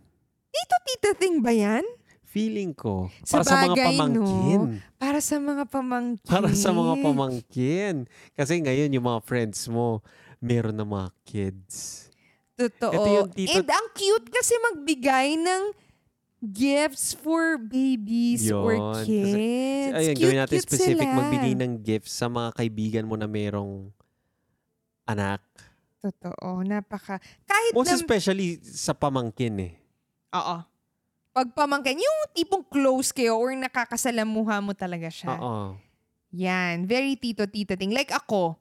Speaker 2: Dito tita thing ba yan?
Speaker 1: Feeling ko,
Speaker 2: Sa
Speaker 1: para sa mga
Speaker 2: bagay, no?
Speaker 1: pamangkin.
Speaker 2: Para sa mga pamangkin.
Speaker 1: Para sa mga pamangkin. Kasi ngayon, yung mga friends mo, meron na mga kids.
Speaker 2: Totoo.
Speaker 1: Ito yung tito-
Speaker 2: And ang cute kasi magbigay ng gifts for babies or
Speaker 1: Yun. Kasi-
Speaker 2: kids.
Speaker 1: Ayun,
Speaker 2: cute,
Speaker 1: gawin natin
Speaker 2: cute
Speaker 1: specific.
Speaker 2: sila.
Speaker 1: Magbigay ng gifts sa mga kaibigan mo na merong anak.
Speaker 2: Totoo. Napaka. Kahit
Speaker 1: Most
Speaker 2: na...
Speaker 1: especially sa pamangkin eh.
Speaker 2: Oo. Pag pamangkin, yung tipong close kayo or nakakasalamuha mo talaga siya.
Speaker 1: Oo.
Speaker 2: Yan. Very tito-tito thing. Like ako,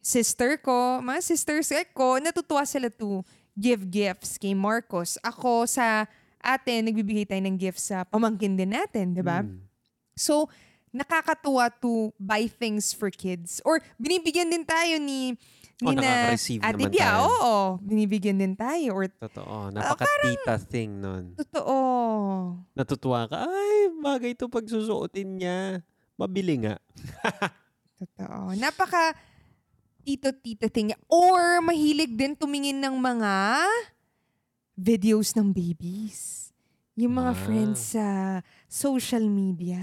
Speaker 2: sister ko, mga sisters ko, natutuwa sila to give gifts kay Marcos. Ako sa atin, nagbibigay tayo ng gifts sa pamangkin din natin, di ba?
Speaker 1: Mm.
Speaker 2: So, nakakatuwa to buy things for kids. Or binibigyan din tayo ni,
Speaker 1: Oh,
Speaker 2: ni na
Speaker 1: nakaka-receive naman
Speaker 2: Ate Bia. oh.
Speaker 1: tayo.
Speaker 2: Oo, binibigyan din tayo. Or
Speaker 1: Totoo. Napaka-tita thing nun.
Speaker 2: totoo.
Speaker 1: Natutuwa ka, ay, bagay to pag susuotin niya. Mabili nga.
Speaker 2: Totoo. Napaka tito-tita thing niya. Or mahilig din tumingin ng mga videos ng babies. Yung mga
Speaker 1: Ah.
Speaker 2: friends sa social media.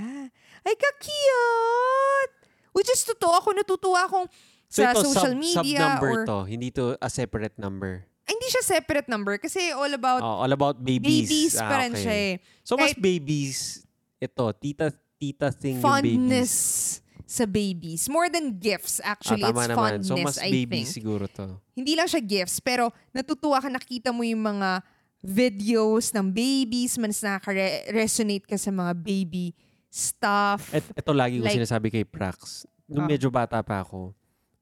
Speaker 2: Ay, ka-cute! Which is totoo. Ako natutuwa akong
Speaker 1: So
Speaker 2: sa
Speaker 1: ito,
Speaker 2: social
Speaker 1: sub,
Speaker 2: media
Speaker 1: sub-number
Speaker 2: or...
Speaker 1: to. Hindi to a separate number.
Speaker 2: Ay, hindi siya separate number kasi all about
Speaker 1: Oh, all about babies.
Speaker 2: babies,
Speaker 1: Ah,
Speaker 2: pa rin
Speaker 1: okay.
Speaker 2: siya eh.
Speaker 1: So mas
Speaker 2: Kahit-
Speaker 1: babies, ito, tita, tita thing yung
Speaker 2: Fondness
Speaker 1: babies.
Speaker 2: sa babies. More than gifts,
Speaker 1: Ah,
Speaker 2: actually.
Speaker 1: tama
Speaker 2: It's
Speaker 1: naman.
Speaker 2: fondness,
Speaker 1: so mas
Speaker 2: I
Speaker 1: babies
Speaker 2: think.
Speaker 1: siguro to.
Speaker 2: hindi lang siya gifts, pero natutuwa ka nakita mo yung mga videos ng babies, manas nakaka-resonate ka sa mga baby stuff.
Speaker 1: Et, ito lagi ko
Speaker 2: Like-
Speaker 1: sinasabi kay Prax. Nung
Speaker 2: Ah.
Speaker 1: medyo bata pa ako,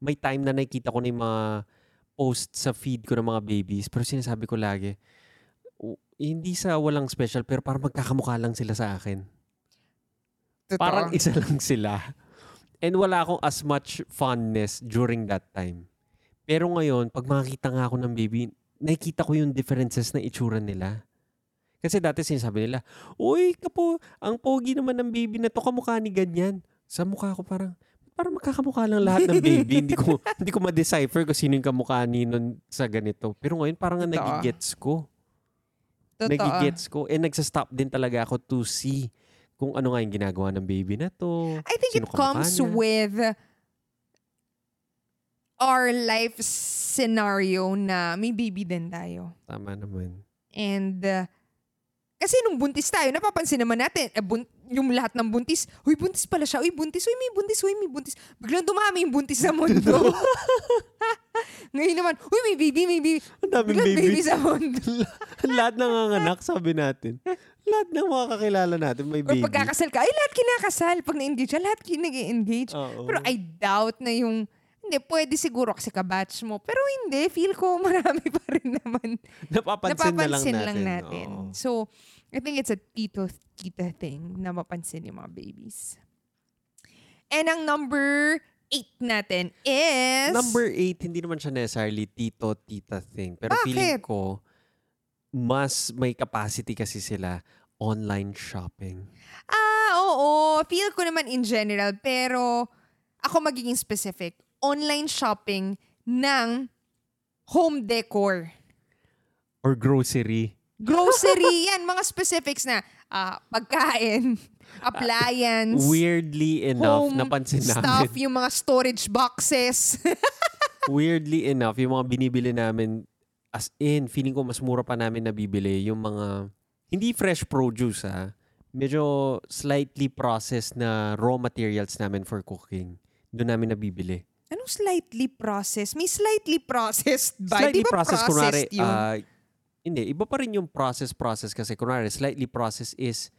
Speaker 1: may time na nakikita ko na yung mga post sa feed ko ng mga babies. Pero sinasabi ko lagi, "W- hindi sa walang special, pero parang magkakamukha lang sila sa akin.
Speaker 2: Totoo.
Speaker 1: Parang isa lang sila. And wala akong as much fondness during that time. Pero ngayon, pag makakita nga ako ng baby, nakikita ko yung differences na itsura nila. Kasi dati sinasabi nila, Uy, kapo, ang pogi naman ng baby na to, kamukha ni ganyan. Sa mukha ko parang, "Ba't parang magkakamukha lang lahat ng baby. hindi ko hindi ko ma-decipher kung sino yung kamukha ni nun sa ganito. Pero ngayon parang
Speaker 2: Totoo.
Speaker 1: nagigets ko.
Speaker 2: Totoo.
Speaker 1: Nagigets ko. And nagsastop din talaga ako to see kung ano nga yung ginagawa ng baby na to.
Speaker 2: I think
Speaker 1: Sino
Speaker 2: it
Speaker 1: kamukha
Speaker 2: comes
Speaker 1: niya?
Speaker 2: with our life scenario na may baby din tayo.
Speaker 1: Tama naman.
Speaker 2: And uh, kasi nung buntis tayo, napapansin naman natin, eh, bun- yung lahat ng buntis, huy, buntis pala siya, huy, buntis, huy, may buntis, huy, may buntis. Biglang dumami yung buntis sa mundo. Ngayon naman, huy, may baby, may baby.
Speaker 1: Ang daming
Speaker 2: Biglang
Speaker 1: baby.
Speaker 2: baby sa mundo.
Speaker 1: lahat ng mga anak, sabi natin. Lahat ng mga kakilala natin may
Speaker 2: Or
Speaker 1: baby.
Speaker 2: pagkakasal ka, ay lahat kinakasal. Pag na-engage siya, lahat kin- nag-engage.
Speaker 1: Oo.
Speaker 2: Pero I doubt na yung, hindi, pwede siguro kasi kabatch mo. Pero hindi, feel ko marami pa rin naman.
Speaker 1: napapansin,
Speaker 2: napapansin
Speaker 1: na lang natin. Oo.
Speaker 2: So, I think it's a tito-tita thing na mapansin yung mga babies. And ang number eight natin is...
Speaker 1: Number eight, hindi naman siya necessarily tito-tita thing. Pero
Speaker 2: Bakit?
Speaker 1: feeling ko, mas may capacity kasi sila online shopping.
Speaker 2: Ah, oo. Feel ko naman in general. Pero ako magiging specific. Online shopping ng home decor.
Speaker 1: Or grocery.
Speaker 2: Grocery, yan. Mga specifics na ah, pagkain, appliance,
Speaker 1: Weirdly Ah, enough,
Speaker 2: home
Speaker 1: napansin
Speaker 2: stuff,
Speaker 1: namin.
Speaker 2: yung mga storage boxes.
Speaker 1: Weirdly enough, yung mga binibili namin, as in, feeling ko mas mura pa namin nabibili yung mga, hindi fresh produce ah, medyo slightly processed na raw materials namin for cooking. Doon namin nabibili.
Speaker 2: Anong Ano, slightly processed? May slightly processed ba?
Speaker 1: slightly
Speaker 2: Di ba
Speaker 1: processed, kunwari,
Speaker 2: processed yun?
Speaker 1: ah, hindi, iba pa rin yung process-process kasi kunwari, slightly processed is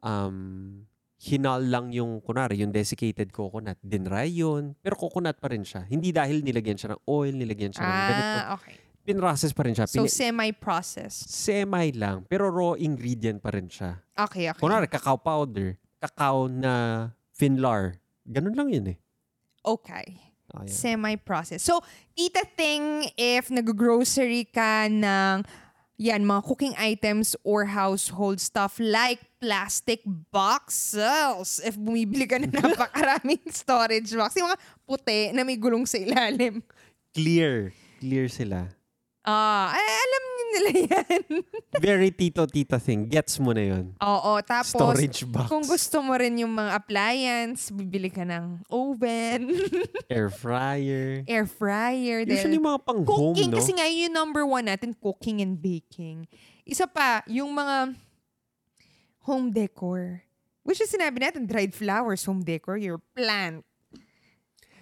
Speaker 1: um, hinal lang yung, kunwari, yung desiccated coconut. Dinry yun, pero coconut pa rin siya. Hindi dahil nilagyan siya ng oil, nilagyan siya ng ganito.
Speaker 2: ah, okay.
Speaker 1: Pinrocess pa rin siya.
Speaker 2: So,
Speaker 1: Pini-
Speaker 2: semi-processed.
Speaker 1: semi lang, pero raw ingredient pa rin siya.
Speaker 2: Okay, okay.
Speaker 1: Kunwari, cacao powder, cacao na finlar. Ganun lang yun eh.
Speaker 2: Okay.
Speaker 1: Ayan.
Speaker 2: Semi-processed. So, tita thing if nag-grocery ka ng yan, mga cooking items or household stuff like plastic boxes. If bumibili ka na napakaraming storage box. Yung mga puti na may gulong sa ilalim.
Speaker 1: Clear. Clear sila.
Speaker 2: Ah, ay, alam niyo nila yan.
Speaker 1: Very tito-tita thing. Gets mo na yun.
Speaker 2: Oo, tapos
Speaker 1: Storage box.
Speaker 2: kung gusto mo rin yung mga appliance, bibili ka ng oven,
Speaker 1: Air fryer.
Speaker 2: air fryer. dahil-
Speaker 1: Usually mga pang home,
Speaker 2: cooking
Speaker 1: no?
Speaker 2: kasi nga yun yung number one natin, cooking and baking. Isa pa, yung mga home decor. Which is sinabi natin, dried flowers, home decor, your plant.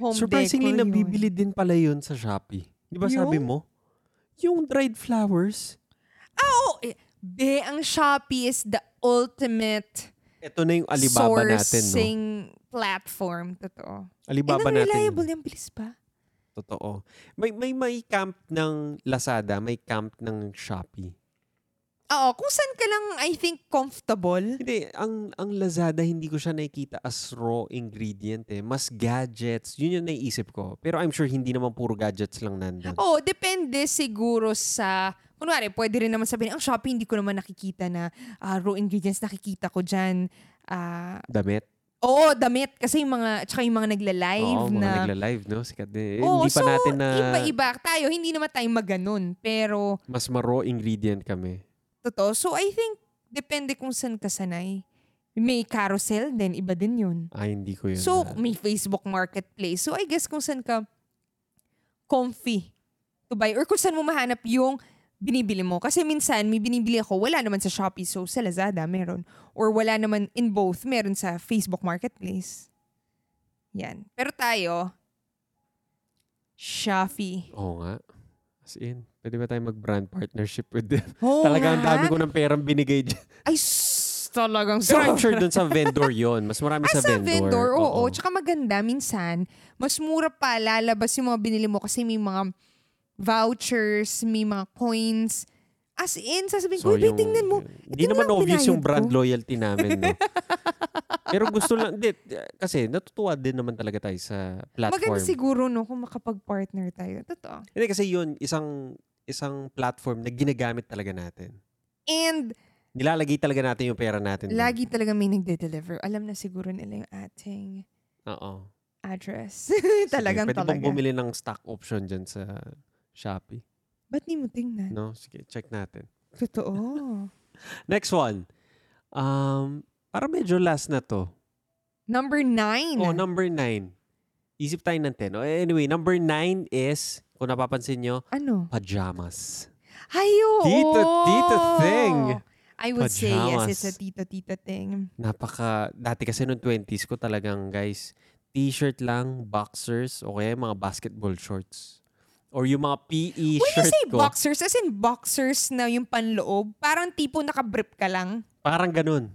Speaker 2: Home
Speaker 1: Surprisingly,
Speaker 2: decor yun.
Speaker 1: nabibili din pala yun sa Shopee. Di ba sabi
Speaker 2: Yung?
Speaker 1: mo? Yung dried flowers.
Speaker 2: Ah, oo. Eh, Be, ang Shopee is the ultimate
Speaker 1: Ito na yung Alibaba natin, no?
Speaker 2: sourcing platform. Totoo.
Speaker 1: Alibaba
Speaker 2: And ang
Speaker 1: natin.
Speaker 2: reliable yung bilis pa.
Speaker 1: Totoo. May, may, may camp ng Lazada, may camp ng Shopee.
Speaker 2: Oo, kung saan ka lang, I think, comfortable.
Speaker 1: Hindi, ang, ang Lazada, hindi ko siya nakikita as raw ingredient eh. Mas gadgets, yun yung naiisip ko. Pero I'm sure hindi naman puro gadgets lang nandun.
Speaker 2: Oo, depende siguro sa... Kunwari, pwede rin naman sabihin, ang Shopee, hindi ko naman nakikita na ah, raw ingredients nakikita ko dyan. Ah,
Speaker 1: Damit.
Speaker 2: oo, damit. Kasi yung mga, tsaka yung mga nagla-live
Speaker 1: Oo, mga
Speaker 2: na...
Speaker 1: nagla-live, no? Sikat din. Eh,
Speaker 2: Oo,
Speaker 1: hindi pa
Speaker 2: so,
Speaker 1: natin na
Speaker 2: iba-iba tayo. Hindi naman tayo maganon. Pero,
Speaker 1: mas ma-raw ingredient kami.
Speaker 2: totoo. So, I think, depende kung saan ka sanay. May carousel din, iba din yun.
Speaker 1: Ay, Ah, hindi ko yun.
Speaker 2: So,
Speaker 1: na-
Speaker 2: may Facebook Marketplace. So, I guess kung saan ka comfy to buy or kung saan mo mahanap yung binibili mo. Kasi minsan, may binibili ako, wala naman sa Shopee, so sa Lazada meron. Or wala naman in both, meron sa Facebook Marketplace. Yan. Pero tayo, Shopee.
Speaker 1: Oo nga. As in, pwede ba tayo mag-brand partnership with them?
Speaker 2: Oh,
Speaker 1: Talagang dami ko ng perang binigay dyan.
Speaker 2: Ay, s- talagang
Speaker 1: Pero I'm
Speaker 2: sobra.
Speaker 1: sure dun sa vendor yon Mas marami
Speaker 2: Ah,
Speaker 1: sa vendor.
Speaker 2: oo. Tsaka maganda minsan, mas mura pa lalabas yung mga binili mo kasi may mga vouchers, may mga coins. As in, sasabihin ko,
Speaker 1: So,
Speaker 2: "Uy,
Speaker 1: yung-
Speaker 2: tingnan mo.
Speaker 1: Hindi
Speaker 2: Ito na
Speaker 1: naman
Speaker 2: lang
Speaker 1: obvious yung
Speaker 2: pinayad
Speaker 1: brand
Speaker 2: ko."
Speaker 1: loyalty namin. No? Pero gusto lang, di, kasi natutuwa din naman talaga tayo sa platform.
Speaker 2: Maganda siguro, no, kung makapag-partner tayo. Totoo.
Speaker 1: Hindi kasi yun, isang isang platform na ginagamit talaga natin.
Speaker 2: And,
Speaker 1: Nilalagay talaga natin yung pera natin. dun.
Speaker 2: lagi talaga may nagde-deliver. Alam na siguro nila yung ating
Speaker 1: Oo.
Speaker 2: address. Talagang
Speaker 1: Sige, pwede
Speaker 2: talaga.
Speaker 1: bang bumili ng stock option dyan sa Shopee?
Speaker 2: Ba't di mo tingnan?
Speaker 1: No? Sige, check natin.
Speaker 2: Totoo.
Speaker 1: Next one. Um, para medyo last na to.
Speaker 2: Number nine.
Speaker 1: Oh, number nine. Isip tayo ng 10. Oh, anyway, number nine is, kung napapansin nyo,
Speaker 2: ano?
Speaker 1: pajamas.
Speaker 2: Ayo!
Speaker 1: Tito-tito thing.
Speaker 2: I would say yes,
Speaker 1: Pajamas.
Speaker 2: it's a tito-tito thing.
Speaker 1: Napaka, dati kasi noong 20s ko talagang, guys, t-shirt lang, boxers, o kaya yung mga basketball shorts. Or yung mga PE
Speaker 2: When you
Speaker 1: shirt
Speaker 2: say
Speaker 1: ko.
Speaker 2: boxers, as in boxers na yung panloob, parang tipo nakabrip ka lang.
Speaker 1: parang ganun.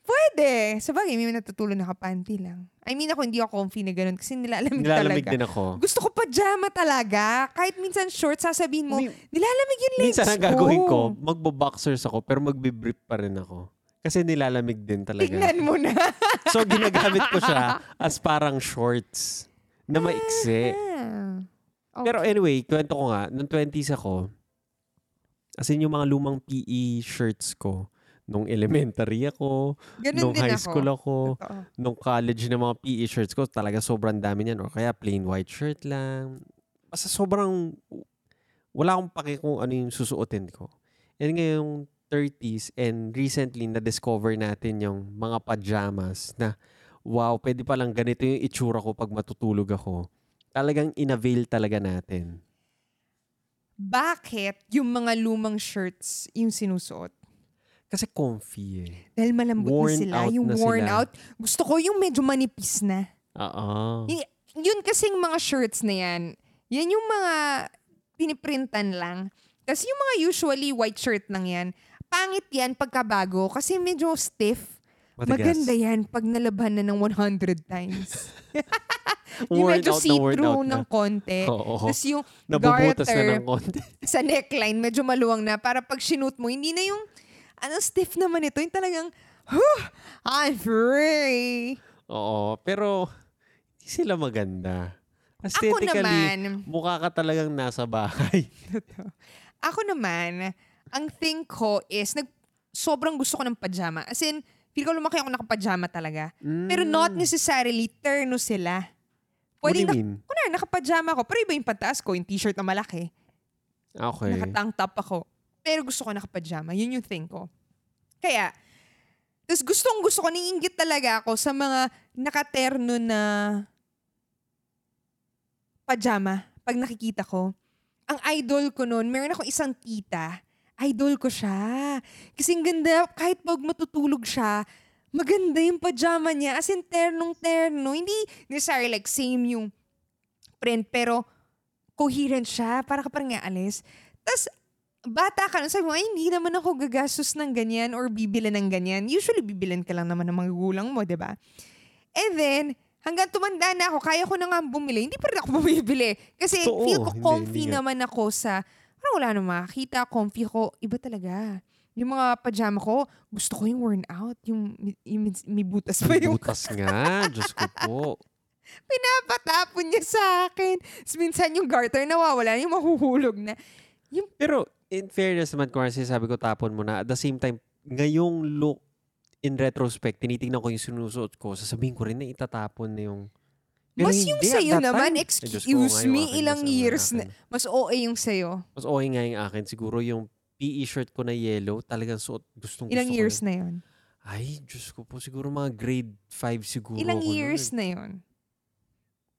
Speaker 2: Pwede. Sabagay, may natutulo nakapanty lang. I mean, ako hindi ako comfy na ganun kasi nilalamig,
Speaker 1: Nilalamig
Speaker 2: talaga.
Speaker 1: din ako.
Speaker 2: Gusto ko pajama talaga. Kahit minsan shorts, sasabihin mo, oh.
Speaker 1: Ni-
Speaker 2: nilalamig yung legs
Speaker 1: Minsan
Speaker 2: ko.
Speaker 1: ang gagawin ko, magbo-boxers ako pero magbibrip pa rin ako. Kasi nilalamig din talaga.
Speaker 2: Tignan mo na.
Speaker 1: So ginagamit ko siya as parang shorts na maiksi.
Speaker 2: Ah.
Speaker 1: Pero anyway, kwento ko nga, nung 20s ako, as in yung mga lumang PE shirts ko, nung elementary ako,
Speaker 2: Ganun
Speaker 1: nung
Speaker 2: din
Speaker 1: high
Speaker 2: ako.
Speaker 1: school ako,
Speaker 2: Totoo.
Speaker 1: nung college na mga PE shirts ko, talaga sobrang dami niyan. Or kaya plain white shirt lang. Basta sobrang, wala akong pake kung ano yung susuotin ko. And ngayong 30s and recently na-discover natin yung mga pajamas na wow, pwede palang ganito yung itsura ko pag matutulog ako. Talagang inavail talaga natin.
Speaker 2: Bakit yung mga lumang shirts yung sinusuot?
Speaker 1: Kasi comfy eh.
Speaker 2: Dahil malambot
Speaker 1: Worn
Speaker 2: na sila.
Speaker 1: out
Speaker 2: Yung
Speaker 1: na
Speaker 2: worn
Speaker 1: sila.
Speaker 2: out. Gusto ko yung medyo manipis na.
Speaker 1: Oo.
Speaker 2: Yung- Yun kasing mga shirts na yan, yan yung mga piniprintan lang. Kasi yung mga usually white shirt lang yan, pangit yan pagkabago kasi medyo stiff.
Speaker 1: Matigas.
Speaker 2: Maganda yan pag nalabhan na ng 100 times. yung
Speaker 1: Worn out na worn
Speaker 2: medyo
Speaker 1: out
Speaker 2: see-through
Speaker 1: na.
Speaker 2: ng konti.
Speaker 1: Oo.
Speaker 2: Tapos yung
Speaker 1: Nabubutas na
Speaker 2: garter
Speaker 1: ng konti.
Speaker 2: sa neckline, medyo maluwang na para pag sinuot mo, hindi na yung, ano, stiff naman ito. Yung talagang, huh, I'm free.
Speaker 1: Oo, pero hindi sila maganda. Aesthetically,
Speaker 2: naman.
Speaker 1: mukha ka talagang nasa bahay.
Speaker 2: Ako naman, ang thing ko is, nag, sobrang gusto ko ng pajama. As in, feel ko lumaki ako nakapajama talaga. Pero not necessarily terno sila.
Speaker 1: Mm. Hmm, What do you
Speaker 2: Pwede na,
Speaker 1: mean?
Speaker 2: kunwari, nakapajama ko, pero iba yung pantaas ko, yung t-shirt na malaki.
Speaker 1: Okay.
Speaker 2: Nakatang top ako. Pero gusto ko nakapajama. Yun yung thing ko. Kaya, tapos gustong gusto ko, naiingit talaga ako sa mga nakaterno na pajama pag nakikita ko. Ang idol ko noon, meron akong isang tita. Idol ko siya. Kasi ang ganda, kahit pag matutulog siya, maganda yung pajama niya. As in, ternong-terno. Hindi necessarily like same yung print, pero coherent siya. Para ka parang aalis. Tapos, bata ka nun, sabi mo, ay, hindi naman ako gagastos ng ganyan or bibilan ng ganyan. Usually, bibilan ka lang naman ng mga gulang mo, di ba? And then, hanggang tumanda na ako, kaya ko na nga bumili. Hindi pa rin ako bumibili. Kasi
Speaker 1: Totoo,
Speaker 2: feel ko
Speaker 1: hindi,
Speaker 2: comfy
Speaker 1: hindi nga.
Speaker 2: naman ako sa, parang wala nang makakita, comfy ko. Iba talaga. Yung mga pajama ko, gusto ko yung worn out. Yung, yung may- may butas pa yung
Speaker 1: Butas nga. Diyos ko po.
Speaker 2: pinapatapon niya sa akin. Tapos minsan yung garter nawawala, yung mahuhulog na.
Speaker 1: Pero in fairness naman, kung kasi sabi ko tapon mo na, at the same time, ngayong look, in retrospect, tinitingnan ko yung sinusuot ko, sasabihin ko rin na itatapon na yung... Pero
Speaker 2: Mas yung
Speaker 1: hindi, at
Speaker 2: sa'yo
Speaker 1: that
Speaker 2: naman,
Speaker 1: time- Ay, Diyos ko,
Speaker 2: excuse
Speaker 1: nga, yung
Speaker 2: me,
Speaker 1: akin,
Speaker 2: ilang
Speaker 1: mas ano,
Speaker 2: years
Speaker 1: akin.
Speaker 2: na. Mas OA yung sa'yo.
Speaker 1: Mas okay nga yung akin. Siguro yung PE shirt ko na yellow, talagang suot, gustong
Speaker 2: Ilang
Speaker 1: gusto ko
Speaker 2: years na yun?
Speaker 1: Ay, Diyos ko po. Siguro mga grade 5 siguro.
Speaker 2: Ilang
Speaker 1: ako nun.
Speaker 2: years na yun?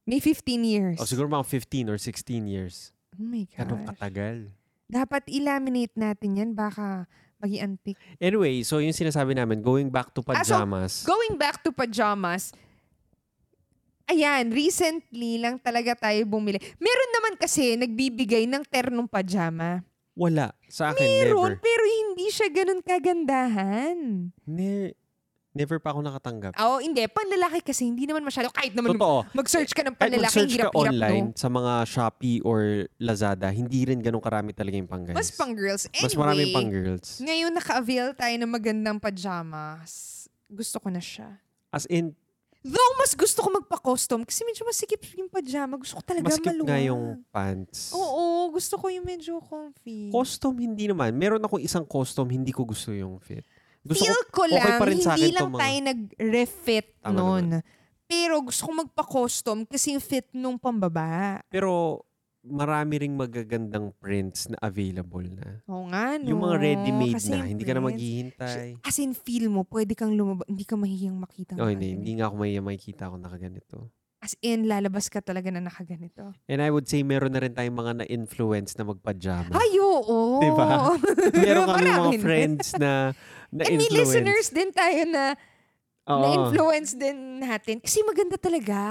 Speaker 2: May 15 years.
Speaker 1: O Oh, siguro Ano mga 15 or 16 years.
Speaker 2: Oh my
Speaker 1: Ganun
Speaker 2: God.
Speaker 1: katagal.
Speaker 2: Dapat ilaminate natin yan, baka maging antique.
Speaker 1: Anyway, so yung sinasabi namin, going back to
Speaker 2: Ah, so,
Speaker 1: pajamas.
Speaker 2: Going back to pajamas, ayan, recently lang talaga tayo bumili. Meron naman kasi nagbibigay ng ternong pajama.
Speaker 1: wala. Sa akin,
Speaker 2: Meron,
Speaker 1: never.
Speaker 2: pero hindi siya ganun kagandahan.
Speaker 1: Ne- never pa ako nakatanggap.
Speaker 2: Oo, hindi. Panlalaki kasi hindi naman masyado. Kahit naman
Speaker 1: Totoo.
Speaker 2: mag-search ka ng
Speaker 1: Kahit
Speaker 2: panlalaki,
Speaker 1: mag-search ka
Speaker 2: hirap-hirap,
Speaker 1: online
Speaker 2: no?
Speaker 1: sa mga Shopee or Lazada, hindi rin ganun karami talaga yung pang guys.
Speaker 2: Mas pang girls. Anyway,
Speaker 1: Mas marami yung pang girls.
Speaker 2: ngayon naka-avail tayo ng magandang pajamas. Gusto ko na siya.
Speaker 1: As in,
Speaker 2: Though, mas gusto ko magpa-custom kasi medyo masikip yung pajama. Gusto ko talaga
Speaker 1: maskip
Speaker 2: maluwag.
Speaker 1: nga yung pants.
Speaker 2: Oo, gusto ko yung medyo comfy.
Speaker 1: Custom, hindi naman. Meron akong isang custom, hindi ko gusto yung fit. Gusto
Speaker 2: Feel
Speaker 1: ko,
Speaker 2: ko
Speaker 1: okay
Speaker 2: lang,
Speaker 1: pa rin sa akin to,
Speaker 2: hindi lang
Speaker 1: mga-
Speaker 2: tayo nag-refit
Speaker 1: Tama
Speaker 2: nun. Pero gusto ko magpa-custom kasi yung fit nung pambaba.
Speaker 1: pero marami ring magagandang prints na available na.
Speaker 2: Oo nga, no.
Speaker 1: Yung mga ready-made
Speaker 2: Kasi
Speaker 1: na,
Speaker 2: yung
Speaker 1: hindi ka na
Speaker 2: prints-
Speaker 1: maghihintay.
Speaker 2: As in, feel mo, pwede kang lumabas. Hindi ka mahihiyang makita. ng
Speaker 1: Oh, hindi,
Speaker 2: ganito.
Speaker 1: hindi nga ako may makikita ako nakaganito.
Speaker 2: As in, lalabas ka talaga na nakaganito.
Speaker 1: And I would say meron na rin tayong mga na-influence na magpa-jama.
Speaker 2: Ay, oo!
Speaker 1: Diba? meron kami
Speaker 2: Marami
Speaker 1: mga
Speaker 2: na.
Speaker 1: friends na
Speaker 2: And may
Speaker 1: na-influence.
Speaker 2: listeners din tayo na
Speaker 1: Oo.
Speaker 2: na-influence din natin. Kasi maganda talaga.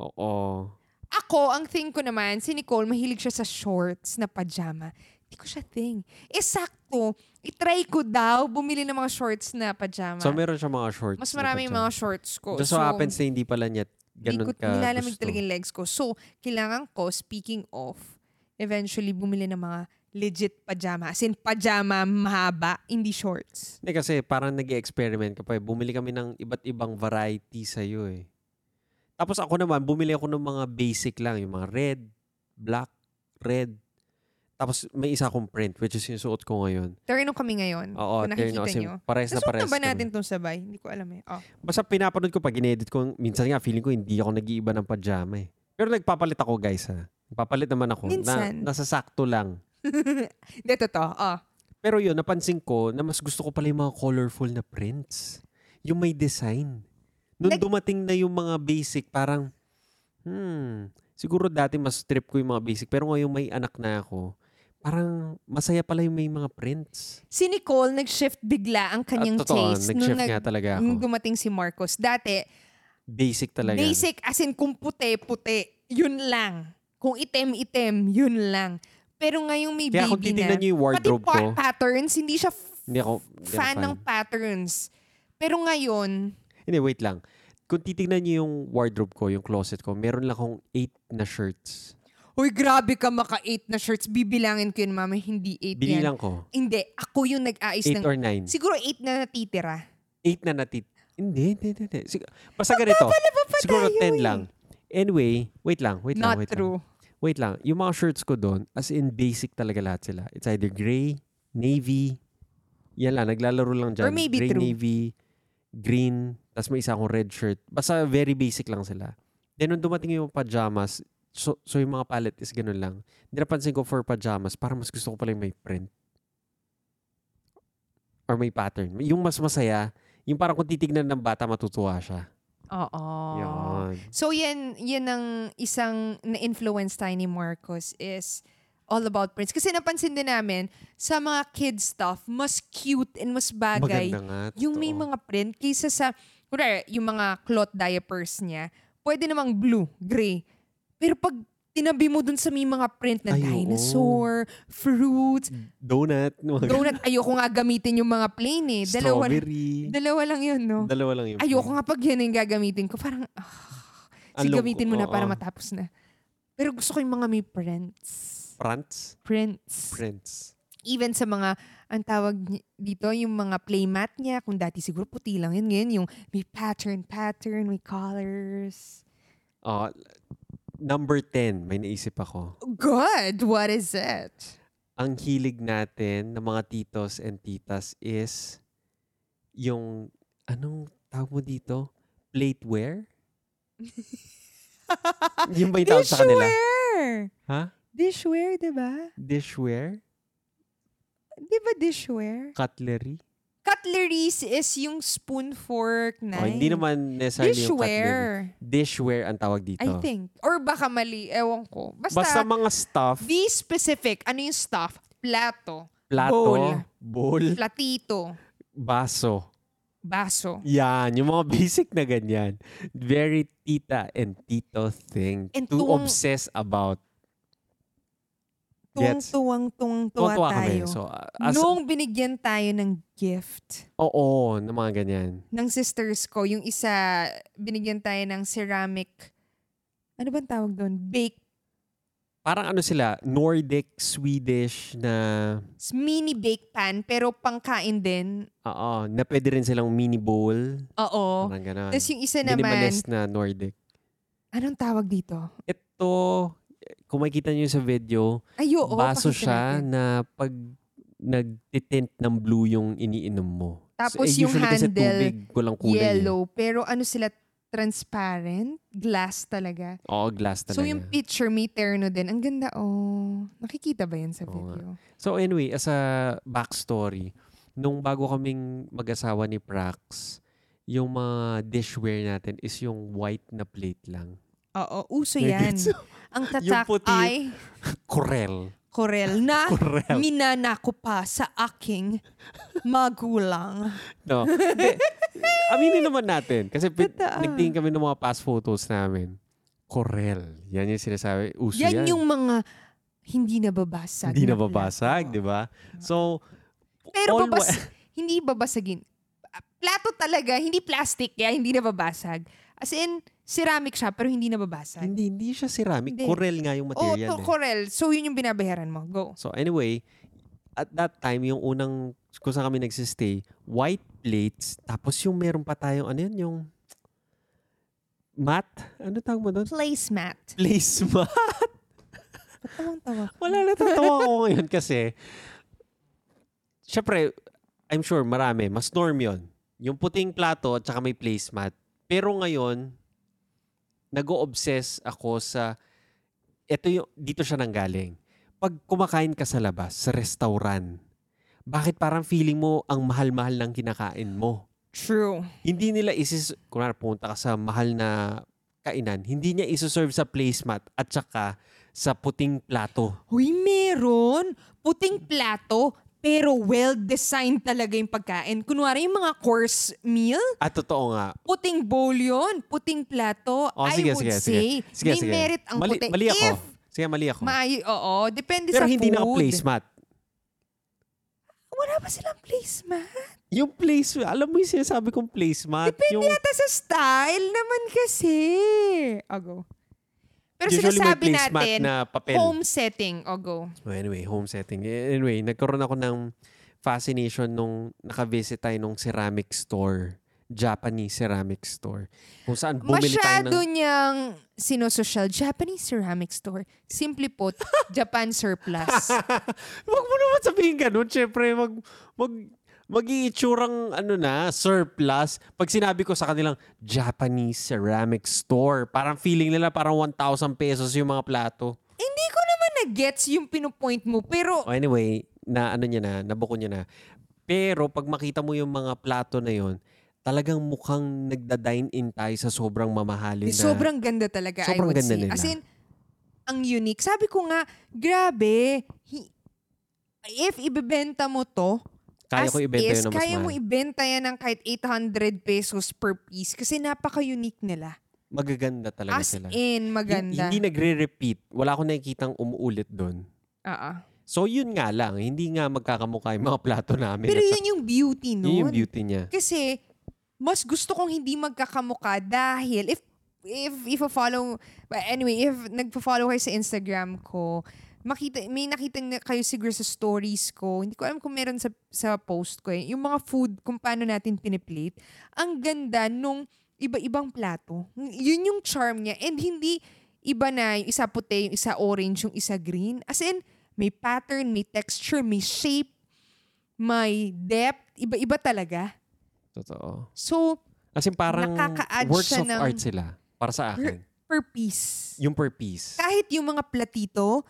Speaker 1: Oo.
Speaker 2: Ako, ang thing ko naman, si Nicole, mahilig siya sa shorts na pajama. Hindi ko siya thing. Eh, sakto. Itry ko daw bumili ng mga shorts na pajama.
Speaker 1: So meron siya mga shorts.
Speaker 2: Mas marami yung
Speaker 1: na
Speaker 2: mga shorts ko.
Speaker 1: Just so, happens na hindi pala niya
Speaker 2: Hindi
Speaker 1: ganun
Speaker 2: ko,
Speaker 1: ka
Speaker 2: nilalamig
Speaker 1: gusto.
Speaker 2: talaga yung legs ko. So, kailangan ko, speaking of, eventually bumili ng mga legit pajama. As in, pajama mahaba, hindi shorts.
Speaker 1: Hindi kasi parang nag experiment ka pa eh. Bumili kami ng iba't ibang variety sa'yo eh. Tapos ako naman, bumili ako ng mga basic lang. Yung mga red, black, red. Tapos may isa akong print which is yung suot ko ngayon.
Speaker 2: Terno kami ngayon.
Speaker 1: Oo,
Speaker 2: kung
Speaker 1: tingnan
Speaker 2: nakikita
Speaker 1: ko kasi
Speaker 2: nyo.
Speaker 1: pares na
Speaker 2: Nasuot
Speaker 1: pares.
Speaker 2: na ba
Speaker 1: kami.
Speaker 2: natin itong sabay? Hindi ko alam eh. Oh.
Speaker 1: Basta pinapanood ko pag inedit ko, minsan nga feeling ko hindi ako nag-iiba ng pajama eh. Pero nagpapalit ako guys ha. Nagpapalit naman ako.
Speaker 2: Minsan.
Speaker 1: Na, nasasakto lang.
Speaker 2: Hindi, totoo. Oh.
Speaker 1: Pero yun, napansin ko na mas gusto ko pala yung mga colorful na prints. Yung may design. Nung
Speaker 2: Nag-
Speaker 1: dumating na yung mga basic, parang, hmm, siguro dati mas trip ko yung mga basic. Pero ngayong may anak na ako, parang masaya pala yung may mga prints.
Speaker 2: Si Nicole, nag-shift bigla ang
Speaker 1: At
Speaker 2: kanyang
Speaker 1: totoo,
Speaker 2: taste. nung
Speaker 1: nag-shift
Speaker 2: nag-
Speaker 1: nga talaga ako.
Speaker 2: nung dumating si Marcos. Dati,
Speaker 1: Basic talaga.
Speaker 2: basic as in kung puti, puti. Yun lang. Kung itim, itim. Yun lang. Pero ngayong may
Speaker 1: Kaya kung
Speaker 2: baby na,
Speaker 1: titignan niyo yung
Speaker 2: pati
Speaker 1: wardrobe ko,
Speaker 2: pa- patterns, hindi siya f-
Speaker 1: hindi ako, hindi ako
Speaker 2: fan ng patterns. Pero ngayon,
Speaker 1: Hindi, wait lang. Kung titignan niyo yung wardrobe ko, yung closet ko, meron lang akong eight na shirts.
Speaker 2: Uy, grabe ka maka-8 na shirts. Bibilangin ko yun, mama. Hindi 8 yan.
Speaker 1: Binilang ko.
Speaker 2: Hindi. Ako yung nag-ayos
Speaker 1: Eight
Speaker 2: ng...
Speaker 1: or nine.
Speaker 2: Siguro 8 na natitira.
Speaker 1: Eight na natit. Hindi, hindi, hindi. hindi. Sig- basta ganito. Siguro
Speaker 2: tayo
Speaker 1: ten
Speaker 2: eh.
Speaker 1: lang. Anyway, wait lang, wait lang,
Speaker 2: Not
Speaker 1: wait lang.
Speaker 2: true.
Speaker 1: Wait lang. Yung mga shirts ko doon, as in basic talaga lahat sila. It's either gray, navy, yan lang, naglalaro lang dyan.
Speaker 2: Or maybe
Speaker 1: gray,
Speaker 2: true.
Speaker 1: navy, green, tas may isa akong red shirt. Basta very basic lang sila. Then nung dumating yung pajamas, so, so yung mga palette is ganun lang. Hindi napansin ko for pajamas, para mas gusto ko pala yung may print. Or may pattern. Yung mas masaya, yung parang kung titignan ng bata, matutuwa siya.
Speaker 2: Oo.
Speaker 1: Yun.
Speaker 2: So yan, yan ang isang na-influence tayo ni Marcos is all about prints. Kasi napansin din namin, sa mga kid stuff, mas cute and mas bagay
Speaker 1: Maganda nga.
Speaker 2: yung may
Speaker 1: totoo.
Speaker 2: mga print kaysa sa, kunwari, yung mga cloth diapers niya, pwede namang blue, gray. Pero pag tinabi mo dun sa may mga print na
Speaker 1: Ay, oo.
Speaker 2: dinosaur, fruits,
Speaker 1: donut, mga
Speaker 2: donut, ayoko nga gamitin yung mga plain eh. Dalawa,
Speaker 1: strawberry.
Speaker 2: dalawa lang yun, no?
Speaker 1: Dalawa lang yung
Speaker 2: Ano? Ayoko nga pag yan yung gagamitin ko. Parang, ah,
Speaker 1: Ang
Speaker 2: sige,
Speaker 1: lungkot. ah,
Speaker 2: gamitin mo na
Speaker 1: Oo.
Speaker 2: para matapos na. Pero gusto ko yung mga may prints.
Speaker 1: Prants?
Speaker 2: Prints.
Speaker 1: Prints.
Speaker 2: Even sa mga, ang tawag ni- dito, yung mga playmat niya, kung dati siguro puti lang yun, ngayon yung may pattern, pattern, may colors.
Speaker 1: Ah, number 10, may naisip ako.
Speaker 2: Good! What is it?
Speaker 1: Ang hilig natin ng mga titos and titas is yung, anong tawag mo dito? Plateware? yung ba yung tawag sa kanila?
Speaker 2: Dishware!
Speaker 1: Ha?
Speaker 2: Dishware, di ba?
Speaker 1: Dishware?
Speaker 2: Di ba dishware?
Speaker 1: Cutlery?
Speaker 2: Cutleries is yung spoon, fork, knife.
Speaker 1: Oh, hindi naman necessarily yung cutlery.
Speaker 2: Dishware.
Speaker 1: Dishware ang tawag dito.
Speaker 2: I think. Or baka mali. Ewan ko. Basta,
Speaker 1: Basta mga stuff,
Speaker 2: be specific. Ano yung stuff? Plato,
Speaker 1: plato,
Speaker 2: bowl.
Speaker 1: bowl,
Speaker 2: platito,
Speaker 1: baso.
Speaker 2: baso.
Speaker 1: Yan, yung mga basic na ganyan. Very tita and tito thing
Speaker 2: And
Speaker 1: to
Speaker 2: tuwang-
Speaker 1: obsess about. Gets?
Speaker 2: Tuwang-tuwang-tuwang-tuwa
Speaker 1: Tuwa-tuwa kami.
Speaker 2: tayo.
Speaker 1: So, uh, as,
Speaker 2: Nung binigyan tayo ng gift
Speaker 1: oo, ng mga ganyan.
Speaker 2: ng sisters ko, yung isa, binigyan tayo ng ceramic, ano bang tawag doon? Bake,
Speaker 1: Parang ano sila, Nordic, Swedish na,
Speaker 2: mini bake pan, pero pangkain din.
Speaker 1: oo, na pwede rin silang mini bowl.
Speaker 2: Oo.
Speaker 1: Parang ganun.
Speaker 2: Tapos yung isa Oh, naman,
Speaker 1: Minimalist na Nordic.
Speaker 2: anong tawag dito?
Speaker 1: Ito, kung makikita nyo sa video,
Speaker 2: Ay, oo.
Speaker 1: baso
Speaker 2: pakita
Speaker 1: siya
Speaker 2: natin.
Speaker 1: na pag nag-tint ng blue yung iniinom mo.
Speaker 2: Tapos
Speaker 1: eh,
Speaker 2: yung
Speaker 1: usually kasi
Speaker 2: handle,
Speaker 1: tubig, walang kulay. eh.
Speaker 2: Yellow. Pero ano sila, transparent? Glass talaga.
Speaker 1: Oo, glass talaga.
Speaker 2: So yung picture may terno din. Ang ganda, oh. Nakikita ba yan sa
Speaker 1: Oo nga.
Speaker 2: video?
Speaker 1: So anyway, as a backstory, nung bago kaming mag-asawa ni Prax, yung mga dishware natin is yung white na plate lang.
Speaker 2: Oo, uso
Speaker 1: May
Speaker 2: yan.
Speaker 1: gets-
Speaker 2: Ang
Speaker 1: Yung
Speaker 2: tatak
Speaker 1: puti.
Speaker 2: ay
Speaker 1: Corel.
Speaker 2: Corel na
Speaker 1: Corel.
Speaker 2: minanako pa sa aking magulang.
Speaker 1: No. Hindi. Aminin naman natin. Kasi pin-
Speaker 2: Totoo.
Speaker 1: nagtingin kami ng mga past photos namin. Corel. Yan yung sinasabi. Uso yan.
Speaker 2: Yan yung mga hindi nababasag.
Speaker 1: Hindi
Speaker 2: na
Speaker 1: nababasag,
Speaker 2: plato.
Speaker 1: di ba? So,
Speaker 2: Pero
Speaker 1: all
Speaker 2: babas,
Speaker 1: wa-
Speaker 2: hindi babasagin. Ah, Plato talaga, hindi plastic, kaya hindi nababasag. As in, ceramic siya, pero hindi nababasag.
Speaker 1: hindi, hindi siya ceramic.
Speaker 2: Hindi.
Speaker 1: Corel nga yung
Speaker 2: Oo,
Speaker 1: material.
Speaker 2: to
Speaker 1: eh.
Speaker 2: Corel. So, yun yung binabayaran mo. Go.
Speaker 1: So anyway, at that time, yung unang kung saan kami nagsistay, white plates, tapos yung meron pa tayong, ano yun, yung mat? Ano tawag mo doon?
Speaker 2: Placemat.
Speaker 1: Placemat.
Speaker 2: Tawang-tawa.
Speaker 1: Wala na tatawa ko ngayon kasi, syempre, I'm sure marami, mas norm yun. Yung puting plato at saka may placemat. Pero ngayon, nag-obsess ako sa, eto yung, dito siya nanggaling. Pag kumakain ka sa labas, sa restaurant, bakit parang feeling mo ang mahal-mahal ng kinakain mo?
Speaker 2: True.
Speaker 1: Hindi nila isis, kunwari pumunta ka sa mahal na kainan, hindi niya isoserve sa placemat at saka sa puting plato.
Speaker 2: Uy, meron! Puting plato, pero well-designed talaga yung pagkain. Kunwari, yung mga course meal,
Speaker 1: At totoo nga,
Speaker 2: puting bowl yun, puting plato.
Speaker 1: Oh,
Speaker 2: I
Speaker 1: sige,
Speaker 2: would
Speaker 1: sige,
Speaker 2: say,
Speaker 1: sige. Sige,
Speaker 2: may
Speaker 1: sige.
Speaker 2: merit ang
Speaker 1: mali,
Speaker 2: puti.
Speaker 1: Mali ako.
Speaker 2: If,
Speaker 1: sige, mali ako.
Speaker 2: maayo, oo, depende
Speaker 1: Pero
Speaker 2: sa
Speaker 1: hindi
Speaker 2: food.
Speaker 1: naka-placemat.
Speaker 2: Wala ba silang placemat?
Speaker 1: Yung place, alam mo yung sinasabi kong placemat.
Speaker 2: Depende
Speaker 1: yung,
Speaker 2: yata sa style naman kasi. Oh, go. Pero
Speaker 1: usually may
Speaker 2: sinasabi
Speaker 1: placemat
Speaker 2: natin,
Speaker 1: na papel.
Speaker 2: home setting. Oh, go.
Speaker 1: Oh, anyway, home setting. Eh, Anyway, nagkaroon ako ng fascination nung nakavisit tayo nung ceramic store. Japanese ceramic store. Kung saan bumili
Speaker 2: Masyado
Speaker 1: tayo ng...
Speaker 2: niyang sinososyal. Japanese ceramic store. Simply put, Japan surplus.
Speaker 1: Huwag mo naman sabihin ganun. Siyempre, mag, mag, mag iitsurang ano na, surplus. Pag sinabi ko sa kanilang Japanese ceramic store, parang feeling nila parang 1,000 pesos yung mga plato.
Speaker 2: Hindi ko naman na-gets yung pinupoint mo, pero
Speaker 1: Oh, anyway, na ano niya na, nabuko niya na. Pero pag makita mo yung mga plato na yon, talagang mukhang nagda-dine in tayo sa sobrang mamahalin na.
Speaker 2: sobrang ganda talaga, I
Speaker 1: Sobrang
Speaker 2: would
Speaker 1: ganda
Speaker 2: say.
Speaker 1: nila.
Speaker 2: As in, ang unique. Sabi ko nga, grabe, hi- if ibebenta mo to,
Speaker 1: kaya
Speaker 2: as
Speaker 1: ko ibenta
Speaker 2: is,
Speaker 1: yun na mas
Speaker 2: kaya mo
Speaker 1: mahal.
Speaker 2: ibenta yan ng kahit 800 pesos per piece kasi napaka-unique nila.
Speaker 1: Magaganda talaga
Speaker 2: As
Speaker 1: sila.
Speaker 2: in,
Speaker 1: Hin-
Speaker 2: maganda.
Speaker 1: Hindi nagre-repeat. Wala akong nakikitang umuulit doon.
Speaker 2: Oo.
Speaker 1: So yun nga lang, hindi nga magkakamukha yung mga plato namin.
Speaker 2: Pero
Speaker 1: At
Speaker 2: yun yung beauty
Speaker 1: saka-
Speaker 2: nun.
Speaker 1: yun yung beauty niya.
Speaker 2: Kasi mas gusto kong hindi magkakamukha dahil if if if a follow but anyway, if nagpo-follow kayo sa Instagram ko, makita may nakita na kayo siguro sa stories ko. Hindi ko alam kung meron sa sa post ko eh. Yung mga food kung paano natin piniplate. Ang ganda nung iba-ibang plato. Yun yung charm niya. And hindi iba na yung isa puti, yung isa orange, yung isa green. As in, may pattern, may texture, may shape, may depth. Iba-iba talaga.
Speaker 1: Totoo.
Speaker 2: So,
Speaker 1: Kasi parang
Speaker 2: Nakaka-add
Speaker 1: works
Speaker 2: siya
Speaker 1: of
Speaker 2: ng-
Speaker 1: art sila. Para sa akin.
Speaker 2: per piece.
Speaker 1: Yung per piece.
Speaker 2: Kahit yung mga platito,